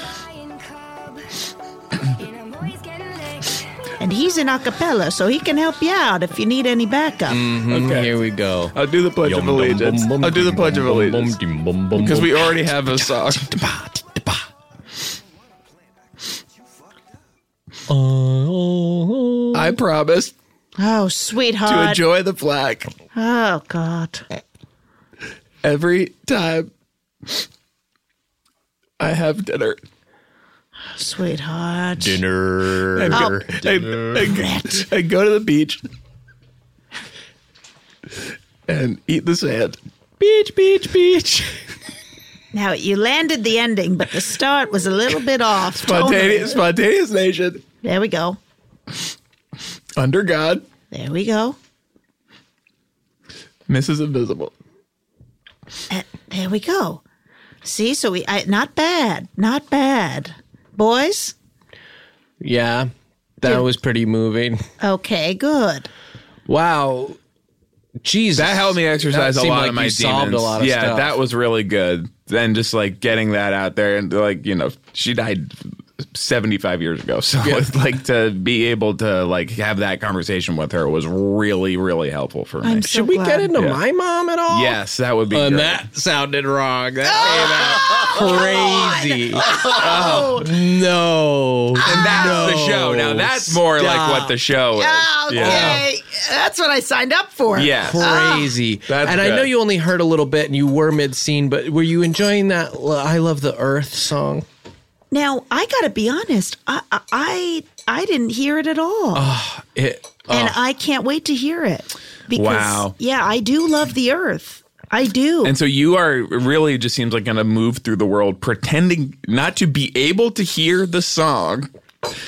D: And he's in a cappella, so he can help you out if you need any backup.
B: Mm.
C: Okay.
B: Here we go.
C: I'll do the Pledge of Allegiance. I'll do the Pledge of Allegiance. Because we already have a song. I promise
D: Oh,
C: to
D: sweetheart.
C: enjoy the flag
D: oh, God.
C: every time I have dinner.
D: Sweetheart.
B: dinner.
D: Oh,
C: And go, and- and go- and go to the beach and eat the sand. Beach, beach, beach.
D: Now, you landed the ending, but the start was a little bit off.
C: Spontaneous, spontaneous nation
D: There we go.
C: under God.
D: There we go.
C: Mrs. Invisible.
D: Uh, there we go. See, so we I, not bad, not bad, boys.
B: Yeah, that was pretty moving.
D: Okay, good.
B: Wow, Jesus,
C: That helped me exercise
B: That
C: a
B: seemed
C: lot
B: like
C: of my
B: you solved a
C: demons.
B: lot of
C: yeah,
B: stuff.
C: that was really good. Then just like getting that out there, and like you know, she died seventy five years ago, so it's like to be able to like have that conversation with her was really really helpful for me.
D: I'm
B: Should we get into
C: Yeah.
B: my mom at all?
C: yes, that would be
B: And
C: great.
B: that sounded wrong. That came out crazy. Oh, no.
C: And that's the show. Now that's more like what the show is.
E: Oh,
D: Okay, that's what I signed up for.
C: Yes. Ah.
B: Crazy.
C: That's
B: and I know
C: good.
B: you only heard a little bit and you were mid scene, but were you enjoying that l- I Love the Earth song?
D: Now I gotta be honest. I I I, I didn't hear it at all,
C: Oh.
B: It,
D: and I can't wait to hear it. Because,
C: Wow.
D: Yeah, I do love the Earth. I do.
C: And so you are really just seems like going to move through the world pretending not to be able to hear the song.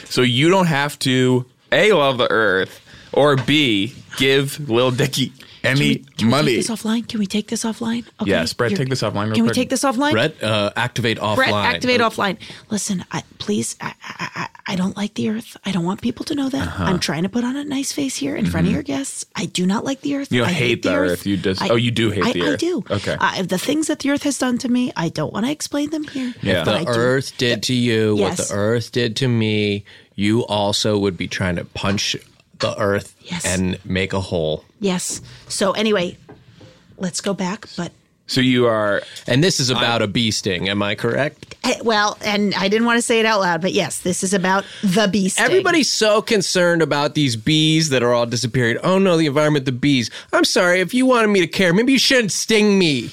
C: So you don't have to A, love the earth, or B, give Lil Dicky any
D: Take
C: money.
D: this offline. Can we take this offline? Okay,
C: Yes, Brett,
D: you're-
C: take this offline real
D: Can we
C: quick.
D: take this offline?
B: Brett, uh, activate offline.
D: Brett, activate offline. Listen, I, please, I, I, I- I don't like the Earth. I don't want people to know that.
C: Uh-huh.
D: I'm trying to put on a nice face here in front of your guests. I do not like the Earth.
C: You
D: I
C: Mm-hmm. hate the Earth. You just- oh, you do hate
D: I,
C: the
D: I
C: Earth.
D: do.
C: Okay.
D: I, the things that the Earth has done to me, I don't want to explain them here.
C: Yeah.
D: but
B: The
D: I do.
B: earth did to you what
D: Yes.
B: the earth did to me. You also would be trying to punch the earth
D: Yes.
B: and make a hole.
D: Yes. So anyway, let's go back. But
C: So you are
B: And this is about a bee sting, am I correct?
D: eh, well, and I didn't want to say it out loud, but yes, this is about the beast.
B: Everybody's so concerned about these bees that are all disappearing. Oh no, the environment, the bees. I'm sorry, if you wanted me to care, maybe you shouldn't sting me.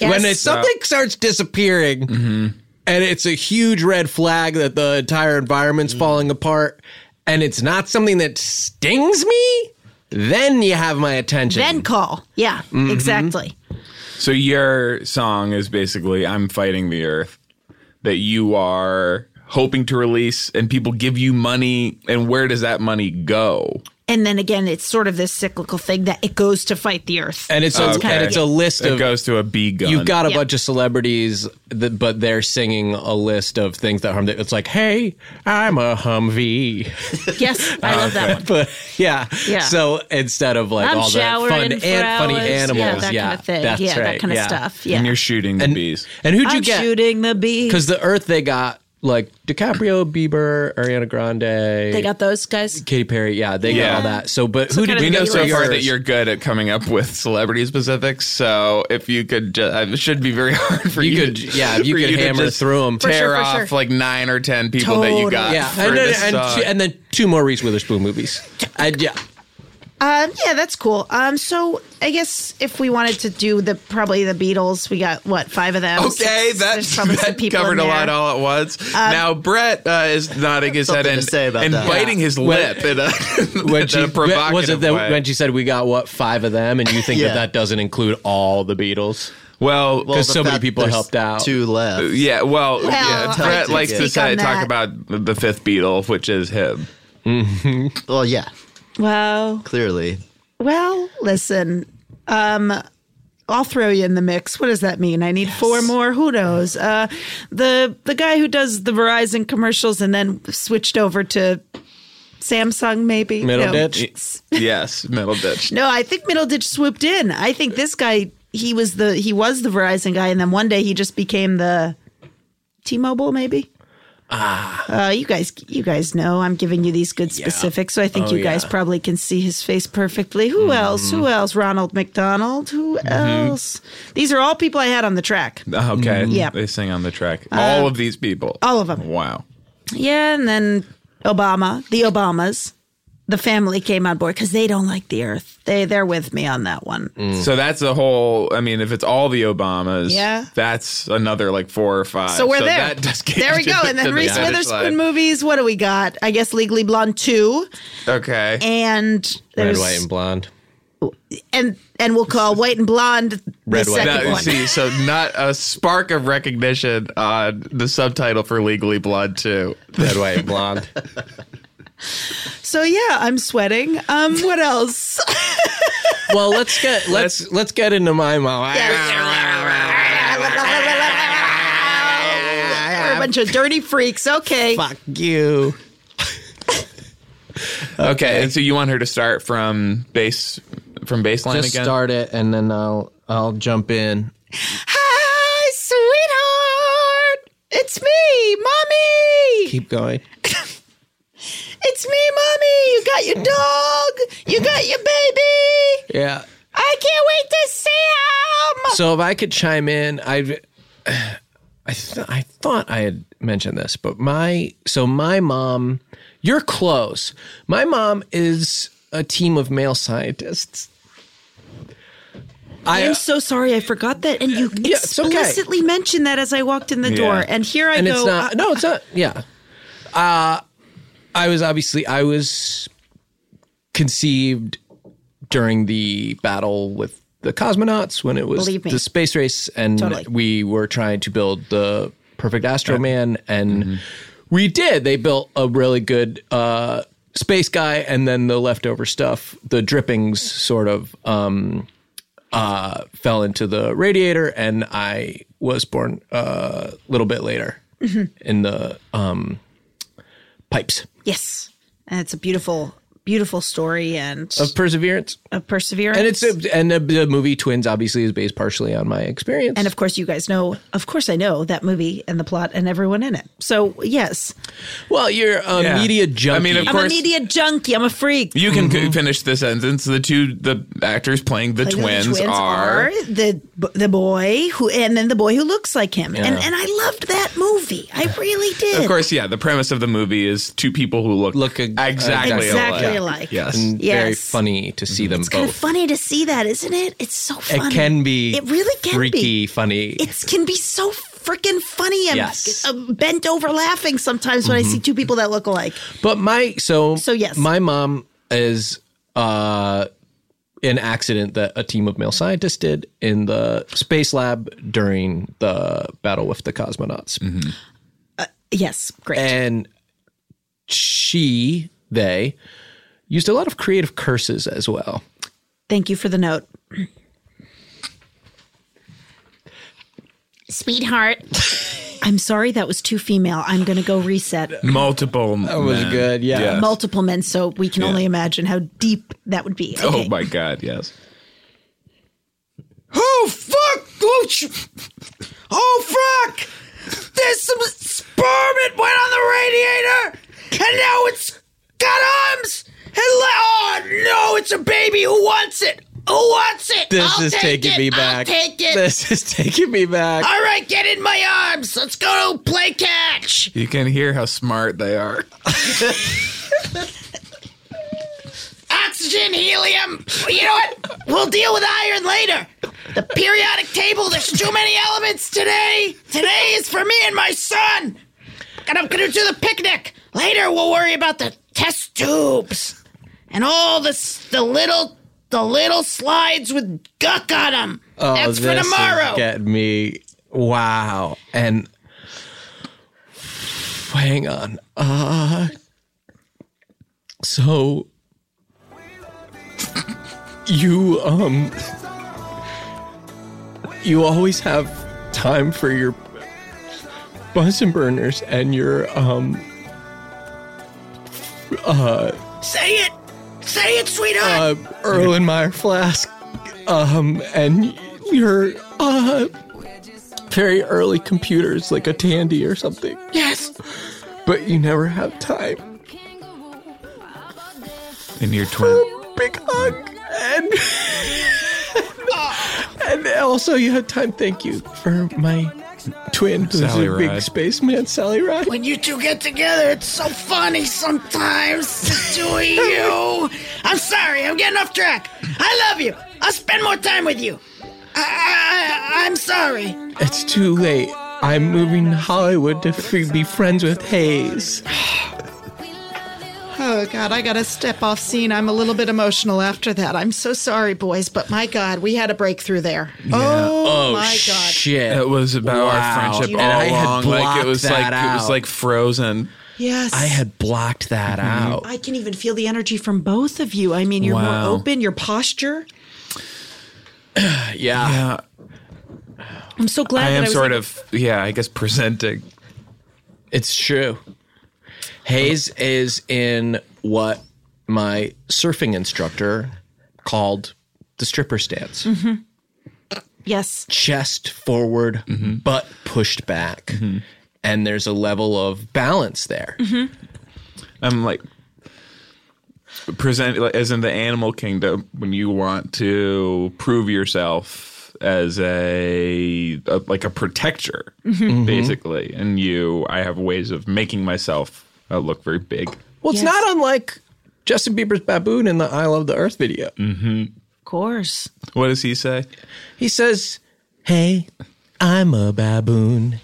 B: When it's something starts disappearing
C: Mm-hmm.
B: and it's a huge red flag that the entire
C: Mm.
B: environment's falling apart and it's not something that stings me, then you have my attention.
D: then call. Yeah,
C: Mm-hmm.
D: exactly.
C: so your song is basically I'm fighting the earth that you are hoping to release and people give you money and where does that money go?
D: And then again, it's sort of this cyclical thing that it goes to fight the earth.
B: and it's a, and it's a list
C: It
B: of
C: goes to a bee gun.
B: You've got a
D: Yeah.
B: bunch of celebrities, that, but they're singing a list of things that harm. Them. It's like, hey, I'm a Humvee.
D: yes, I love that one.
B: but yeah.
D: Yeah.
B: So instead of like
D: I'm
B: all that
D: showering
B: fun
D: for
B: and funny
D: hours.
B: animals,
D: Yeah, that kind of thing.
B: that's
D: yeah,
B: right,
D: that kind of
B: yeah.
D: stuff. Yeah.
C: and you're shooting the
B: And,
C: bees.
B: and who'd you
D: I'm
B: get?
D: shooting the bee.
B: Because the Earth they got like DiCaprio, Bieber, Ariana Grande,
D: they got those guys.
B: Katy Perry. Yeah, they got
C: Yeah.
B: all that. So, but who
D: kind
B: did
D: of
C: We
B: you
C: know
D: You're
C: so far
D: yours.
C: that you're good at coming up with celebrity specifics. So if you could, ju- uh, it should be very hard for
B: You
C: you.
B: could-
C: to-
B: yeah, you
C: for
B: could
C: to
B: hammer
C: just
B: through 'em. For
C: Tear
D: sure, for
C: off
D: sure.
C: like nine or ten people that
D: Totally.
C: you got.
B: Yeah,
C: for
B: and then,
C: this
B: and,
C: song.
B: two, and then two more Reese Witherspoon movies. I, yeah,
D: Um, yeah, that's cool. Um, so I guess if we wanted to do the probably the Beatles, we got what five of them.
C: Okay,
D: Six-
C: that,
D: there's probably some
C: that
D: people in
C: covered a lot
D: there.
C: all at once. now Brett uh, is nodding his head
F: Something to
C: and,
F: say about
C: and
F: that.
C: biting his lip
B: uh,
C: in a,
B: when
C: in
B: she
C: a provocative
B: was it that
C: way.
B: when she said we got what five of them, and you think
F: Yeah.
B: that that doesn't include all the Beatles?
C: well,
F: Well,
B: 'Cause
F: the
B: so many
F: fact
B: people
F: there's
B: helped out. Uh,
F: Two left.
C: yeah, well, yeah,
D: I
C: Brett
F: can
C: likes to
D: speak on
C: say, talk
D: that.
C: about the- the fifth Beatle, which is him.
F: Well, yeah,
D: Well,
F: clearly.
D: well, listen. Um, I'll throw you in the mix. What does that mean? I need four more. Who knows? Uh, the the guy who does the Verizon commercials and then switched over to Samsung, maybe
B: Middle
D: No.
B: ditch.
C: Yes, middle ditch.
D: No, I think Middle Ditch swooped in. I think this guy he was the he was the Verizon guy, and then one day he just became the T-Mobile, maybe. Ah, uh, you guys, you guys know I'm giving you these good specifics, so I think
B: Oh,
D: you guys
B: yeah. Mm-hmm.
D: probably can see his face perfectly. Who else? Who else? Ronald McDonald. Who else? These are all people I had on the track.
C: Okay,
D: Mm-hmm. Yeah. Uh,
C: they sing on the track. all of these people.
D: all of 'em.
C: Wow.
D: Yeah, and then Obama, the Obamas, the family came on board because they don't like the Earth. They they're with me on that
B: Mm-hmm.
D: one.
C: So that's the whole. I mean, if it's all the Obamas,
D: Yeah.
C: that's another like four or
B: Uh,
C: five.
D: So we're there.
C: That does get
D: there we
C: you
D: go.
C: to
D: And then
C: the
D: Reese
C: finish
D: Witherspoon
C: line.
D: movies. What do we got? I guess Legally Blonde two,
C: Okay.
D: and
B: Red,
D: there's-
B: white, and blonde.
D: and and we'll call White and Blonde
B: Red,
D: the
B: White, and
D: second
C: Now,
B: Blonde.
D: one.
C: see, so not a spark of recognition on the subtitle for Legally Blonde 2.
B: Red, white, and blonde.
D: So yeah, I'm sweating. Um, what else?
B: well, let's get let's let's get into my mom.
D: We're a bunch of dirty freaks. Okay.
B: Fuck you.
C: Okay, and so you want her to start from base from baseline
B: Just
C: again?
B: start it, and then I'll I'll jump in.
D: Hi, sweetheart. It's me, mommy.
B: Keep going.
D: It's me, mommy. You got your dog. You got your baby.
B: Yeah.
D: I can't wait to see him.
B: So if I could chime in, I I th- I thought I had mentioned this, but my so my mom, you're close. My mom is a team of male scientists. I
D: I'm so sorry, I forgot that, and you
B: Yeah, it's okay.
D: explicitly mentioned that as I walked in the door, and here I
B: and
D: go.
B: it's not
D: uh,
B: no it's not yeah uh i was obviously i was conceived during the battle with the cosmonauts when it was
D: Believe me.
B: the space race and
D: Totally.
B: we were trying to build the perfect astro man and
C: Mm-hmm.
B: we did they built a really good uh space guy and then the leftover stuff the drippings sort of um uh, fell into the radiator, and I was born uh, a little bit later
D: Mm-hmm.
B: in the um, pipes
D: uh, yes, and it's a beautiful, beautiful story and
B: of Perseverance.
D: of perseverance,
B: And it's a, and the- the movie Twins obviously is based partially on my experience.
D: and of course you guys know, of course I know that movie and the plot and everyone in it. So yes,
B: well, you're a
C: Yeah.
B: media junkie.
C: I mean, of
D: I'm a
C: course-
D: media junkie. I'm a freak.
C: You can c- finish the sentence. The two the actors Mm-hmm. playing the,
D: Like, the
C: twins, are,
D: the the boy who and then the boy who looks like him, and
B: Yeah.
D: and I loved that movie. I really did.
C: Of course, yeah. The premise of the movie is two people who look
B: Look ag-
C: exactly,
D: Exactly
C: alike.
D: alike.
C: Yes.
B: and very
D: yes.
B: funny to see them
D: kind of
B: both.
D: funny to see that, isn't it? It's so funny.
B: It can be.
D: It really can
B: freaky,
D: be.
B: funny.
D: It can be so freaking funny. I'm
B: Yes. Mm-hmm.
D: uh, bent over laughing sometimes when I see two people that look alike.
B: But my so
D: So, yes.
B: my mom is uh an accident that a team of male scientists did in the space lab during the battle with the cosmonauts,
D: Yes, great.
B: and she they used a lot of creative curses as well.
D: Thank you for the note.
E: Sweetheart.
D: I'm sorry that was too female. I'm going to go reset
C: Multiple. That
B: was good, yeah.
D: multiple men so we can only imagine how deep that would be.
C: Oh
D: Okay.
C: my god, yes. Oh fuck! Oh, fuck! There's some sperm it went on the radiator, and now it's got arms. And oh no, it's a baby. Who wants it? Who wants it?
B: This
E: I'll
B: is
E: take
B: taking
E: it,
B: me
E: I'll
B: back.
E: take it.
B: This is taking me back.
E: All right, get in my arms. Let's go play catch.
C: You can hear how smart they are.
E: Oxygen iron, helium. You know what? We'll deal with iron later. The periodic table, there's too many elements today. Today is for me and my son. And I'm going to do the picnic. Later, we'll worry about the test tubes and all the, s- the little. The little slides with guck on them. That's for
B: Oh, this is
E: tomorrow.
B: Get me. Wow. And hang on. Uh so you um you always have time for your bunsen burners and your um
E: Say it. Say it, sweetheart.
B: uh, Erlenmeyer flask, um, and your uh, very early computers, like a Tandy or something.
E: yes.
B: But you never have time
C: in your
B: for
C: twin.
B: a big hug, and and also you had time. Thank you for my twin, who's
C: Sally
B: a big
C: Ride.
B: spaceman, Sally Ride.
E: When you two get together, it's so funny sometimes. Do you? I'm sorry, I'm getting off track. I love you. I'll spend more time with you. I, I, I'm sorry.
B: It's too late. I'm moving to Hollywood to f- be friends with Hayes.
D: Oh God, I gotta step off scene. I'm a little bit emotional after that. I'm so sorry, boys, but my God, we had a breakthrough there. Oh, my God.
B: shit!
C: It was about
B: Wow.
C: our friendship
B: And
C: all
B: I had
C: along. Like
B: blocked
C: it was like
B: that
C: it was
B: out.
C: like frozen.
D: Yes.
B: I had blocked that out.
D: I can even feel the energy from both of you. I mean, you're
C: Wow.
D: more open, your posture.
B: yeah.
C: Yeah,
D: I'm so glad
C: I
D: that
C: Uh, am
D: I was
C: sort
D: able-
C: of yeah. I guess presenting.
B: It's true. Hayes is in what my surfing instructor called the stripper stance
D: Yes.
B: chest forward, butt pushed back. And there's a level of balance there.
C: I'm like present like, as in the animal kingdom when you want to prove yourself as a, a- like a protector
D: Mm-hmm.
C: basically and you I have ways of making myself uh, look very big.
B: Well, it's
D: Yes.
B: not unlike Justin Bieber's baboon in the I Love the Earth video.
D: Of course.
C: What does he say?
B: He says, Hey, I'm a baboon.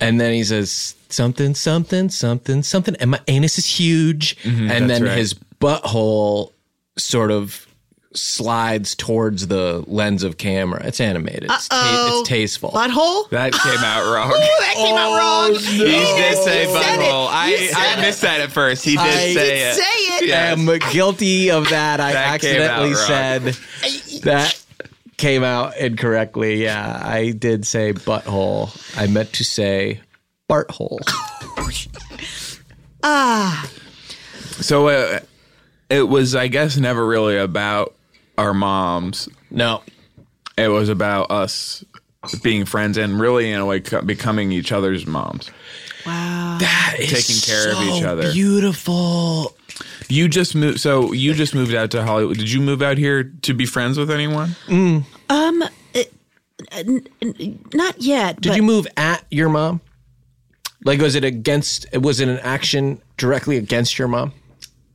B: And then he says, Something, something, something, something. And my anus is huge. and then
C: Mm-hmm. right.
B: his butthole sort of slides towards the lens of camera. It's animated, it's, ta- it's tasteful.
D: Butthole?
C: That came out wrong.
D: That came out wrong.
C: He did say
D: Oh, said it.
C: butthole. I, I missed that at first. He did
B: I-
C: say
D: Say
C: it.
D: it.
B: I am guilty of that. I
C: That came out
B: accidentally
C: wrong.
B: said that came out incorrectly. Yeah, I did say butthole. I meant to say barthole.
C: So uh, it was, I guess, never really about our moms.
B: No.
C: It was about us being friends and really, in a way, co- becoming each other's moms. Taking care of each other.
B: Beautiful.
C: You just moved. So you just moved out to Hollywood. Did you move out here to be friends with anyone?
D: Not yet.
B: Did
D: but
B: you move at your mom? Like, was it against? Was it an action directly against your mom?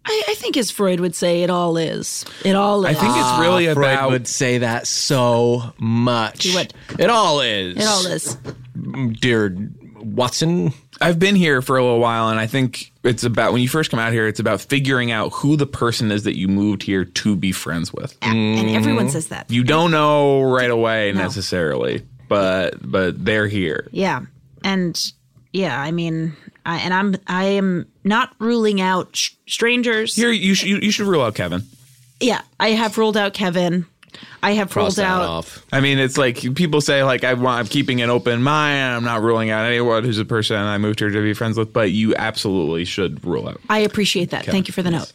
D: I, I think, as Freud would say, it all is. It all
C: I
D: is.
C: think it's really
B: Freud
C: about.
B: would say that so much. He
D: would.
B: It all is.
D: it all is.
B: Dear Watson.
C: I've been here for a little while, and I think it's about when you first come out here. It's about figuring out who the person is that you moved here to be friends with.
D: And everyone says that.
C: Mm-hmm. you don't know right away necessarily but but they're here
D: Yeah. And yeah, I mean, I, and I'm, I am not ruling out sh- strangers.
C: here you should you, you should rule out kevin
D: yeah. I have ruled out Kevin. I have
B: Cross
D: ruled
B: that
D: out.
B: off.
C: i mean it's like people say like i want i'm keeping an open mind i'm not ruling out anyone who's a person i moved here to be friends with but you absolutely should rule out
D: I appreciate that. Thank you for the note.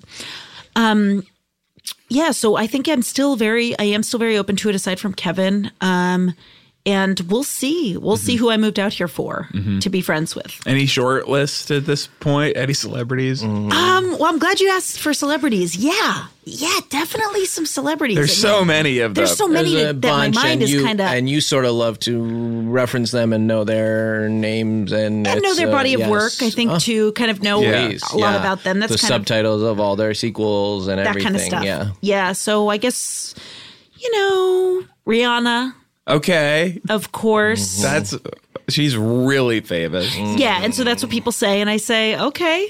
D: Um, yeah, so I think I'm still very, I am still very open to it. Aside from Kevin, um, and we'll see. We'll see who I moved out here for
B: Mm-hmm.
D: to be friends with.
C: Any short list at this point? Any celebrities?
D: Um, well, I'm glad you asked for celebrities. Yeah, yeah, definitely some celebrities.
C: There's
D: I mean,
C: so many of them.
D: There's so many
B: There's a
D: that my
B: bunch,
D: mind
B: and
D: is
B: you
D: kind of
B: and you sort of love to reference them and know their names and
D: I know
B: it's,
D: their
B: uh,
D: body of
B: yes.
D: work. I think to kind of know
C: Yeah.
D: a lot about them. That's
B: the
D: kind of
B: subtitles of, all their sequels and
D: that
B: everything.
D: kind of stuff.
B: Yeah,
D: So I guess you know Rihanna,
C: okay,
D: of course.
C: that's she's really famous.
D: Yeah, and so that's what people say, and I say, okay,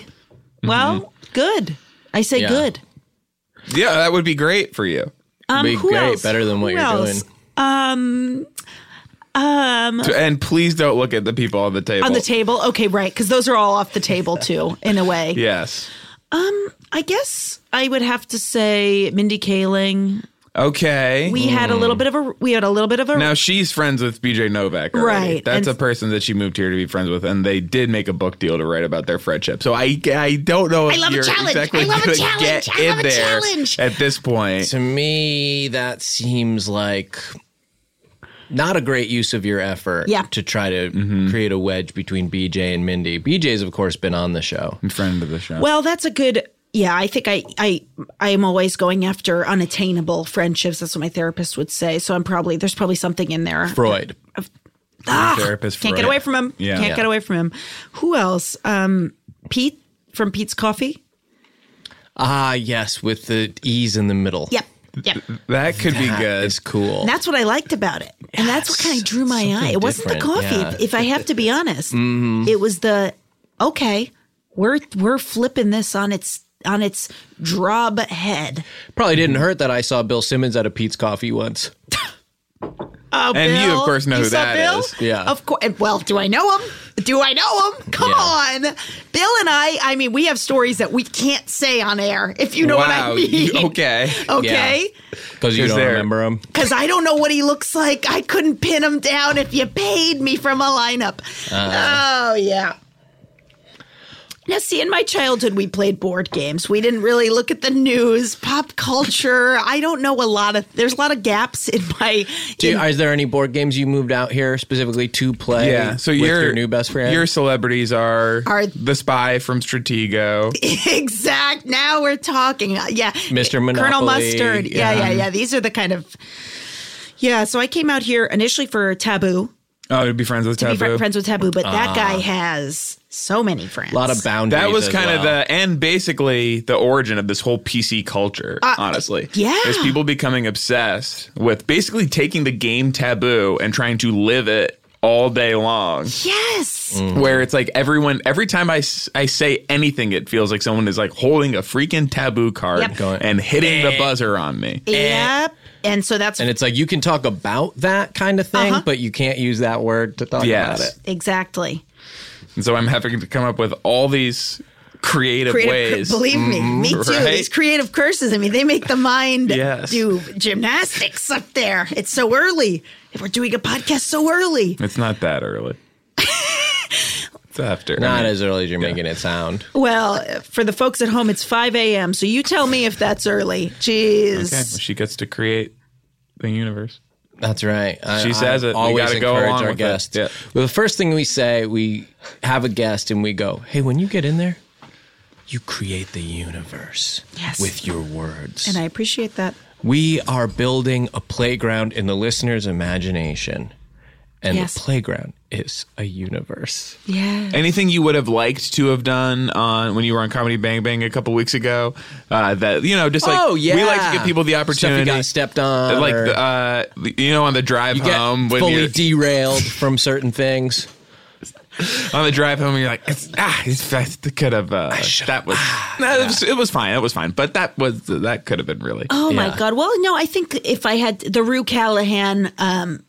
D: well, good. I say
B: Mm-hmm. Yeah.
D: good.
C: Yeah, that would be great for you.
D: Um,
B: Be
D: who
B: great,
D: else?
B: better than what
D: Who
B: you're
D: else?
B: doing.
C: So- and please don't look at the people on the table.
D: Mm-hmm. On the table, okay, right? Because those are all off the table too, in a way.
C: Yes.
D: I guess I would have to say Mindy Kaling.
C: Okay.
D: We
B: Mm.
D: had a little bit of a we had a little bit of a
C: now she's friends with BJ Novak. Already.
D: Right,
C: That's
D: and-
C: a person that she moved here to be friends with, and they did make a book deal to write about their friendship. So I I don't know if
E: love a
C: you're
E: challenge.
C: exactly
E: I love a
C: gonna
E: challenge.
C: get
E: I love
C: in
E: a
C: there
E: challenge.
C: at this point.
B: To me, that seems like not a great use of your effort
D: Yeah.
B: to try to create a wedge between BJ and Mindy. BJ's, of course, been on the show.
C: Friend of the show.
D: Well, that's a good. Yeah, I think I I I am always going after unattainable friendships. That's what my therapist would say. So I'm probably there's probably something in there.
B: Freud.
D: Ah,
C: therapist
D: can't
C: for
D: get
C: it.
D: away from him.
C: Yeah.
D: Can't
C: Yeah.
D: get away from him. Who else? Um, Pete from Pete's Coffee.
B: Ah, yes, with the E's in the middle.
D: Yep. Yep.
C: that could be
B: That
C: good.
B: is cool.
D: And that's what I liked about it. And that's what kind of drew my
B: something
D: eye. It wasn't the
B: different,
D: coffee,
B: yeah.
D: if I have to be honest.
C: Mm-hmm.
D: It was the okay, we're we're flipping this on its on its drob head.
B: Probably didn't hurt that I saw Bill Simmons at a Pete's Coffee once.
D: Oh,
C: And you, of
D: Bill.
C: course, know
D: You
C: who
D: saw
C: that
D: Bill?
C: is.
B: Yeah.
D: Of course. Well, do I know him? Do I know him? Come
B: Yeah.
D: on. Bill and I, I mean, we have stories that we can't say on air, if you know what I
C: Wow, you-
D: mean.
C: okay.
D: Okay.
B: Because you
C: Is
B: don't
C: there-
B: remember him.
D: Because I don't know what he looks like. I couldn't pin him down if you paid me from a lineup.
B: Uh-huh.
D: oh, yeah. Now, see, in my childhood, we played board games. We didn't really look at the news, pop culture. I don't know a lot of. There's a lot of gaps in my.
B: Do you,
D: in-
B: is there any board games you moved out here specifically to play?
C: yeah. So
B: with
C: your
B: your new best friend.
C: Your celebrities are,
D: Are-
C: the spy from Stratego.
D: exact. Now we're talking. Uh, Yeah,
B: Mr.
D: Colonel
B: Monopoly,
D: Mustard. Yeah. yeah,
B: yeah.
D: yeah, These are the kind of. Yeah, so I came out here initially for Taboo,
C: Oh, to be friends with
D: to be
C: Taboo. Ah.
D: fr- friends with Taboo, but that guy has so many friends.
B: a lot of boundaries.
C: that was
B: as
C: kind of
B: well.
C: the and basically the origin of this whole PC culture. honestly,
D: Uh, yeah.
C: is people becoming obsessed with basically taking the game taboo and trying to live it all day long.
D: Yes.
B: Mm.
C: Where it's like everyone, every time I, s- I say anything, it feels like someone is like holding a freaking taboo card
D: Yep. Going,
C: and hitting the buzzer on me.
D: Yep. And so that's
B: And it's like you can talk about that kind of thing,
D: Uh-huh.
B: but you can't use that word to talk about
C: Yes.
B: it.
D: exactly
C: And so I'm having to come up with all these creative,
D: creative.
C: ways.
D: believe me, me too.
C: right?
D: These creative curses. I mean, they make the mind
C: Yes.
D: do gymnastics up there. It's so early. We're doing a podcast so early.
C: it's not that early. it's after.
B: Not
C: I mean,
B: as early as you're making it sound.
D: Well, for the folks at home, it's 5 a.m. So you tell me if that's early. Jeez.
C: Okay, well, she gets to create the universe.
B: That's right. I-
C: She
B: I
C: says it. We
B: Always
C: gotta go
B: encourage
C: along
B: our
C: with it.
B: guests.
C: Yeah.
B: Well, the first thing we say, we have a guest and we go, "Hey, when you get in there, you create the universe
D: Yes.
B: with your words."
D: And I appreciate that.
B: we are building a playground in the listener's imagination, and
D: Yes.
B: the playground is a universe.
D: Yeah.
C: Anything you would have liked to have done on when you were on Comedy Bang Bang a couple weeks ago? Uh, that you know, just like
B: oh yeah,
C: we like to give people the opportunity.
B: Stuff you got stepped on,
C: like
B: or
C: the, uh, you know, on the drive
B: you get
C: home Um, when
B: fully
C: you're
B: derailed from certain things.
C: on the drive home, you're like, it's, ah, it's, I could have. Uh, that was, no, it was it was fine. It was fine, but that was that could have been really.
D: Oh my
B: Yeah.
D: God. Well, no, I think if I had the Rue Callahan, um,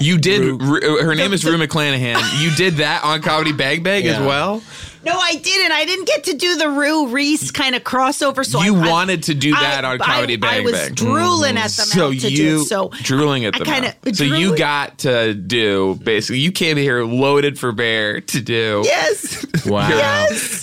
C: You did. Ru- her name is
D: the-
C: Rue McClanahan. you did that on Comedy Bang Bang as
B: Yeah.
C: well.
D: No, I didn't. I didn't get to do the Rue Reese kind of crossover. So
C: You
D: I, I-
C: wanted to do that on Comedy
D: I,
C: Bang
D: I was
C: Bang. Mm-hmm.
D: drooling at them
C: so
D: out to
C: you
D: do it, so
C: drooling at
D: I
C: the
D: kinda-
C: mouth. So you
D: drooling.
C: got to do basically. You came here loaded for bear to do.
D: yes.
B: Wow.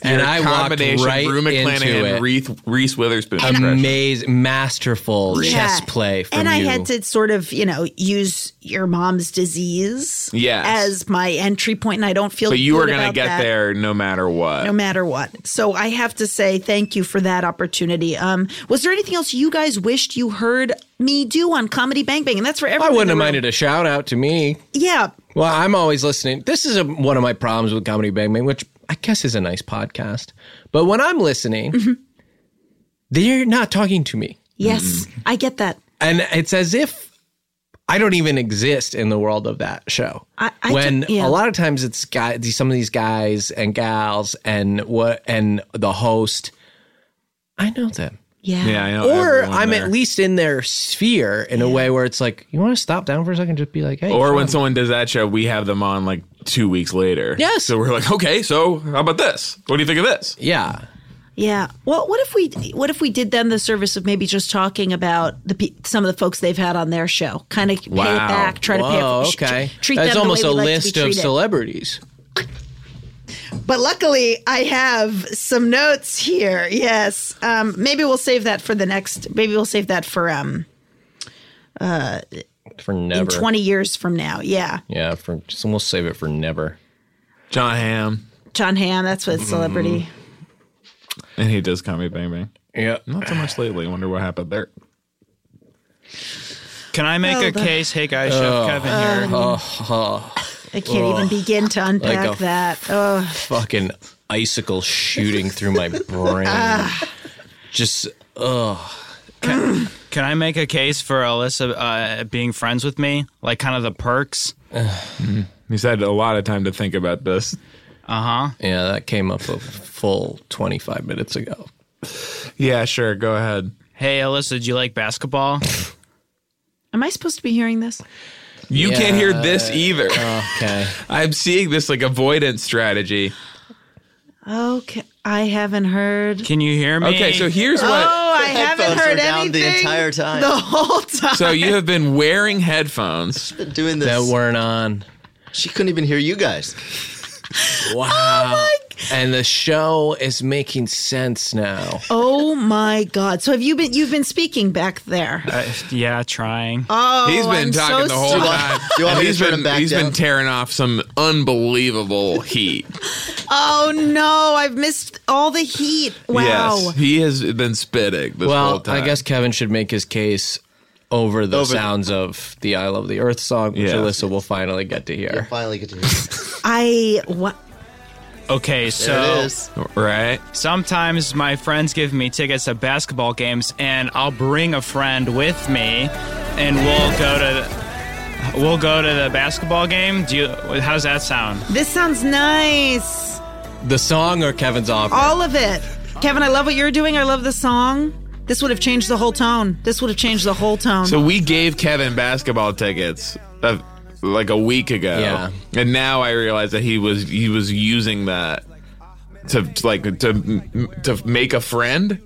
B: And I walked
C: combination
B: right
C: Rue McClanahan
B: into
C: and
B: it.
C: Reese, Reese Witherspoon. impression.
B: Amazing, masterful chess
D: Yeah.
B: play from
D: and I
B: you.
D: had to sort of, you know, use your mom's disease
C: Yes.
D: as my entry point, and I don't feel.
C: but you were
D: good
C: gonna
D: about
C: get
D: that.
C: there no matter what.
D: no matter what. So I have to say thank you for that opportunity. Um, was there anything else you guys wished you heard me do on Comedy Bang Bang? And that's for
B: I
D: everyone.
B: wouldn't have
D: in the room.
B: minded a shout out to me.
D: Yeah.
B: Well, I'm always listening. This is a, one of my problems with Comedy Bang Bang, which I guess is a nice podcast. But when I'm listening,
D: Mm-hmm.
B: they're not talking to me.
D: Yes, I get that.
B: And it's as if I don't even exist in the world of that show.
D: I- I
B: when
D: ju- yeah.
B: a lot of times it's guy, these- some of these guys and gals and what and the host, I know them.
D: Yeah.
C: Yeah, I know.
B: Or
C: everyone
B: I'm
C: there.
B: at least in their sphere in a way where it's like, you want to stop down for a second, and just be like, hey.
C: Or
B: Sean.
C: when someone does that show, we have them on like two weeks later.
B: Yes.
C: So we're like, okay, so how about this? What do you think of this?
B: yeah,
D: Yeah. Well, what if we what if we did them the service of maybe just talking about the pe- some of the folks they've had on their show, kind of pay it
C: Wow.
D: back, try to pay it.
B: Whoa,
D: sh-
B: okay.
D: Treat
B: That's
D: them the
B: almost
D: way
B: a
D: we like to be
B: list of
D: treated.
B: celebrities.
D: But luckily, I have some notes here. Yes. Um, maybe we'll save that for the next. Maybe we'll save that for um,
B: For
D: in
B: never.
D: 20 years from now. Yeah.
B: yeah, for so we'll save it for never.
C: John Hamm.
D: John Hamm, that's what celebrity.
B: Mm.
C: And he does Comedy Bang Bang.
B: Yeah.
C: Not so much lately. I wonder what happened there.
G: Can I make
D: Oh,
G: a
D: the-
G: case? Hey guys, Chef Kevin here.
D: I can't even begin to unpack
B: Like a-
D: that. Oh,
B: Fucking icicle shooting through my brain.
D: Ah.
B: Just
G: Can I make a case for Alyssa uh, being friends with me? Like kind of the perks.
C: He's had a lot of time to think about this.
B: yeah, that came up a full 25 minutes ago.
C: Yeah, sure. Go ahead.
G: Hey Alyssa, do you like basketball?
D: am I supposed to be hearing this?
C: You can't hear this either.
B: Okay.
C: I'm seeing this like avoidance strategy.
D: Okay. I haven't heard.
G: Can you hear me?
C: Okay, so here's what.
D: Oh, I haven't
F: headphones
D: heard
F: were down the
D: anything
F: entire time.
D: The whole time.
C: So you have been wearing headphones.
F: Doing this.
B: That weren't on.
F: She couldn't even hear you guys.
B: Wow.
D: Oh
B: and the show is making sense now.
D: oh my God. So have you been? You've been speaking back there.
G: Uh, yeah, trying.
C: he's been
D: Oh, I'm
C: talking
D: so
C: the whole
D: sorry.
C: time.
F: Do you
C: And
F: want me to
C: he's
F: turn
C: been
F: him back
C: he's been
F: down?
C: tearing off some unbelievable heat.
D: Oh no, I've missed all the heat. Wow.
C: Yes, he has been spitting this whole
B: Well,
C: time.
B: I guess Kevin should make his case over the
F: Over-
B: sounds of the I Love the Earth song, which
C: Yeah.
B: Alyssa will finally get to hear.
F: Finally get to hear you.
D: I what?
F: There
G: Okay,
F: it
G: so
F: is.
C: right.
G: sometimes my friends give me tickets to basketball games, and I'll bring a friend with me, and we'll go to we'll go to the basketball game. Do you? How does that sound?
D: This sounds nice.
B: The song or Kevin's offer?
D: All of it. Kevin, I love what you're doing. I love the song. This would have changed the whole tone. This would have changed the whole tone.
C: So we gave Kevin basketball tickets of, like a week ago.
B: Yeah.
C: And now I realize that he was he was using that to to, like to to make a friend.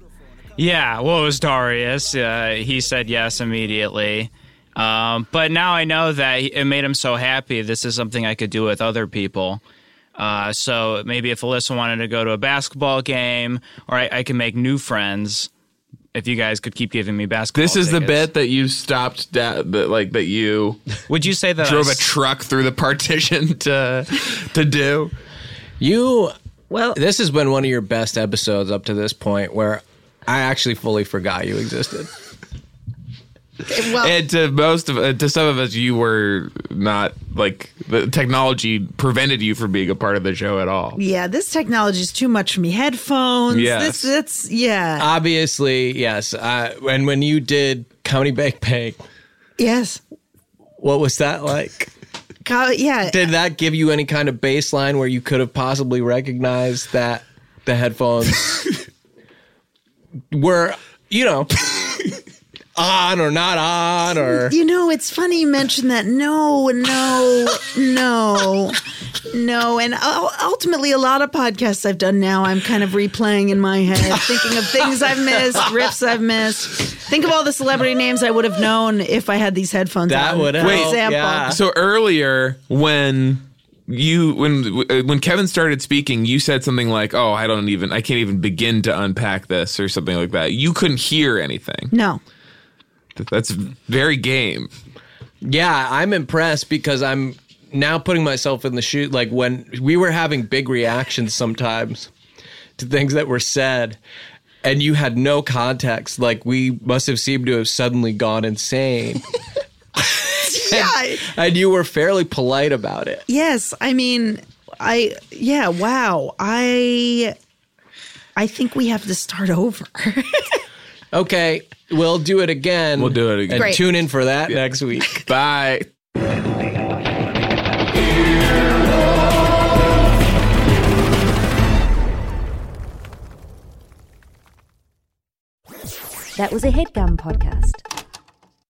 G: Yeah, well, it was Darius. Uh, he said yes immediately. Um, but now I know that it made him so happy. This is something I could do with other people. Uh, so maybe if Alyssa wanted to go to a basketball game, or I, I can make new friends. If you guys could keep giving me basketball,
C: This is the
G: tickets.
C: bit that you stopped da- that like that you
G: Would you say that I
C: drove a
G: s-
C: truck through the partition to to do.
B: You
D: well,
B: this has been one of your best episodes up to this point where I actually fully forgot you existed.
D: well,
C: And to most of uh, to some of us, you were not like the technology prevented you from being a part of the show at all.
D: yeah, this technology is too much for me. Headphones.
C: Yes.
D: This, it's, yeah.
B: Obviously, yes. Uh, and when you did Comedy Bang Bang,
D: yes.
B: what was that like?
D: Co- yeah.
B: Did that give you any kind of baseline where you could have possibly recognized that the headphones were, you know, on or not on or
D: you know, it's funny you mentioned that. No, no, no. No, and u- ultimately, a lot of podcasts I've done now, I'm kind of replaying in my head, thinking of things I've missed, riffs I've missed. Think of all the celebrity names I would have known if I had these headphones.
B: That
D: on,
B: would
D: for
B: help,
D: Example.
B: yeah.
C: So earlier when you when uh, when Kevin started speaking, you said something like, "Oh, I don't even I can't even begin to unpack this" or something like that. You couldn't hear anything.
D: No,
C: Th- That's very game.
B: Yeah, I'm impressed because I'm now putting myself in the shoe. Like when we were having big reactions sometimes to things that were said, and you had no context. Like we must have seemed to have suddenly gone insane.
D: yeah, I-
B: and you were fairly polite about it.
D: yes. I mean, I yeah. Wow, I I think we have to start over.
B: Okay, we'll do it again.
C: We'll do it again.
B: And
D: Great.
B: tune in for that next week.
C: Bye.
H: That was a headgum podcast.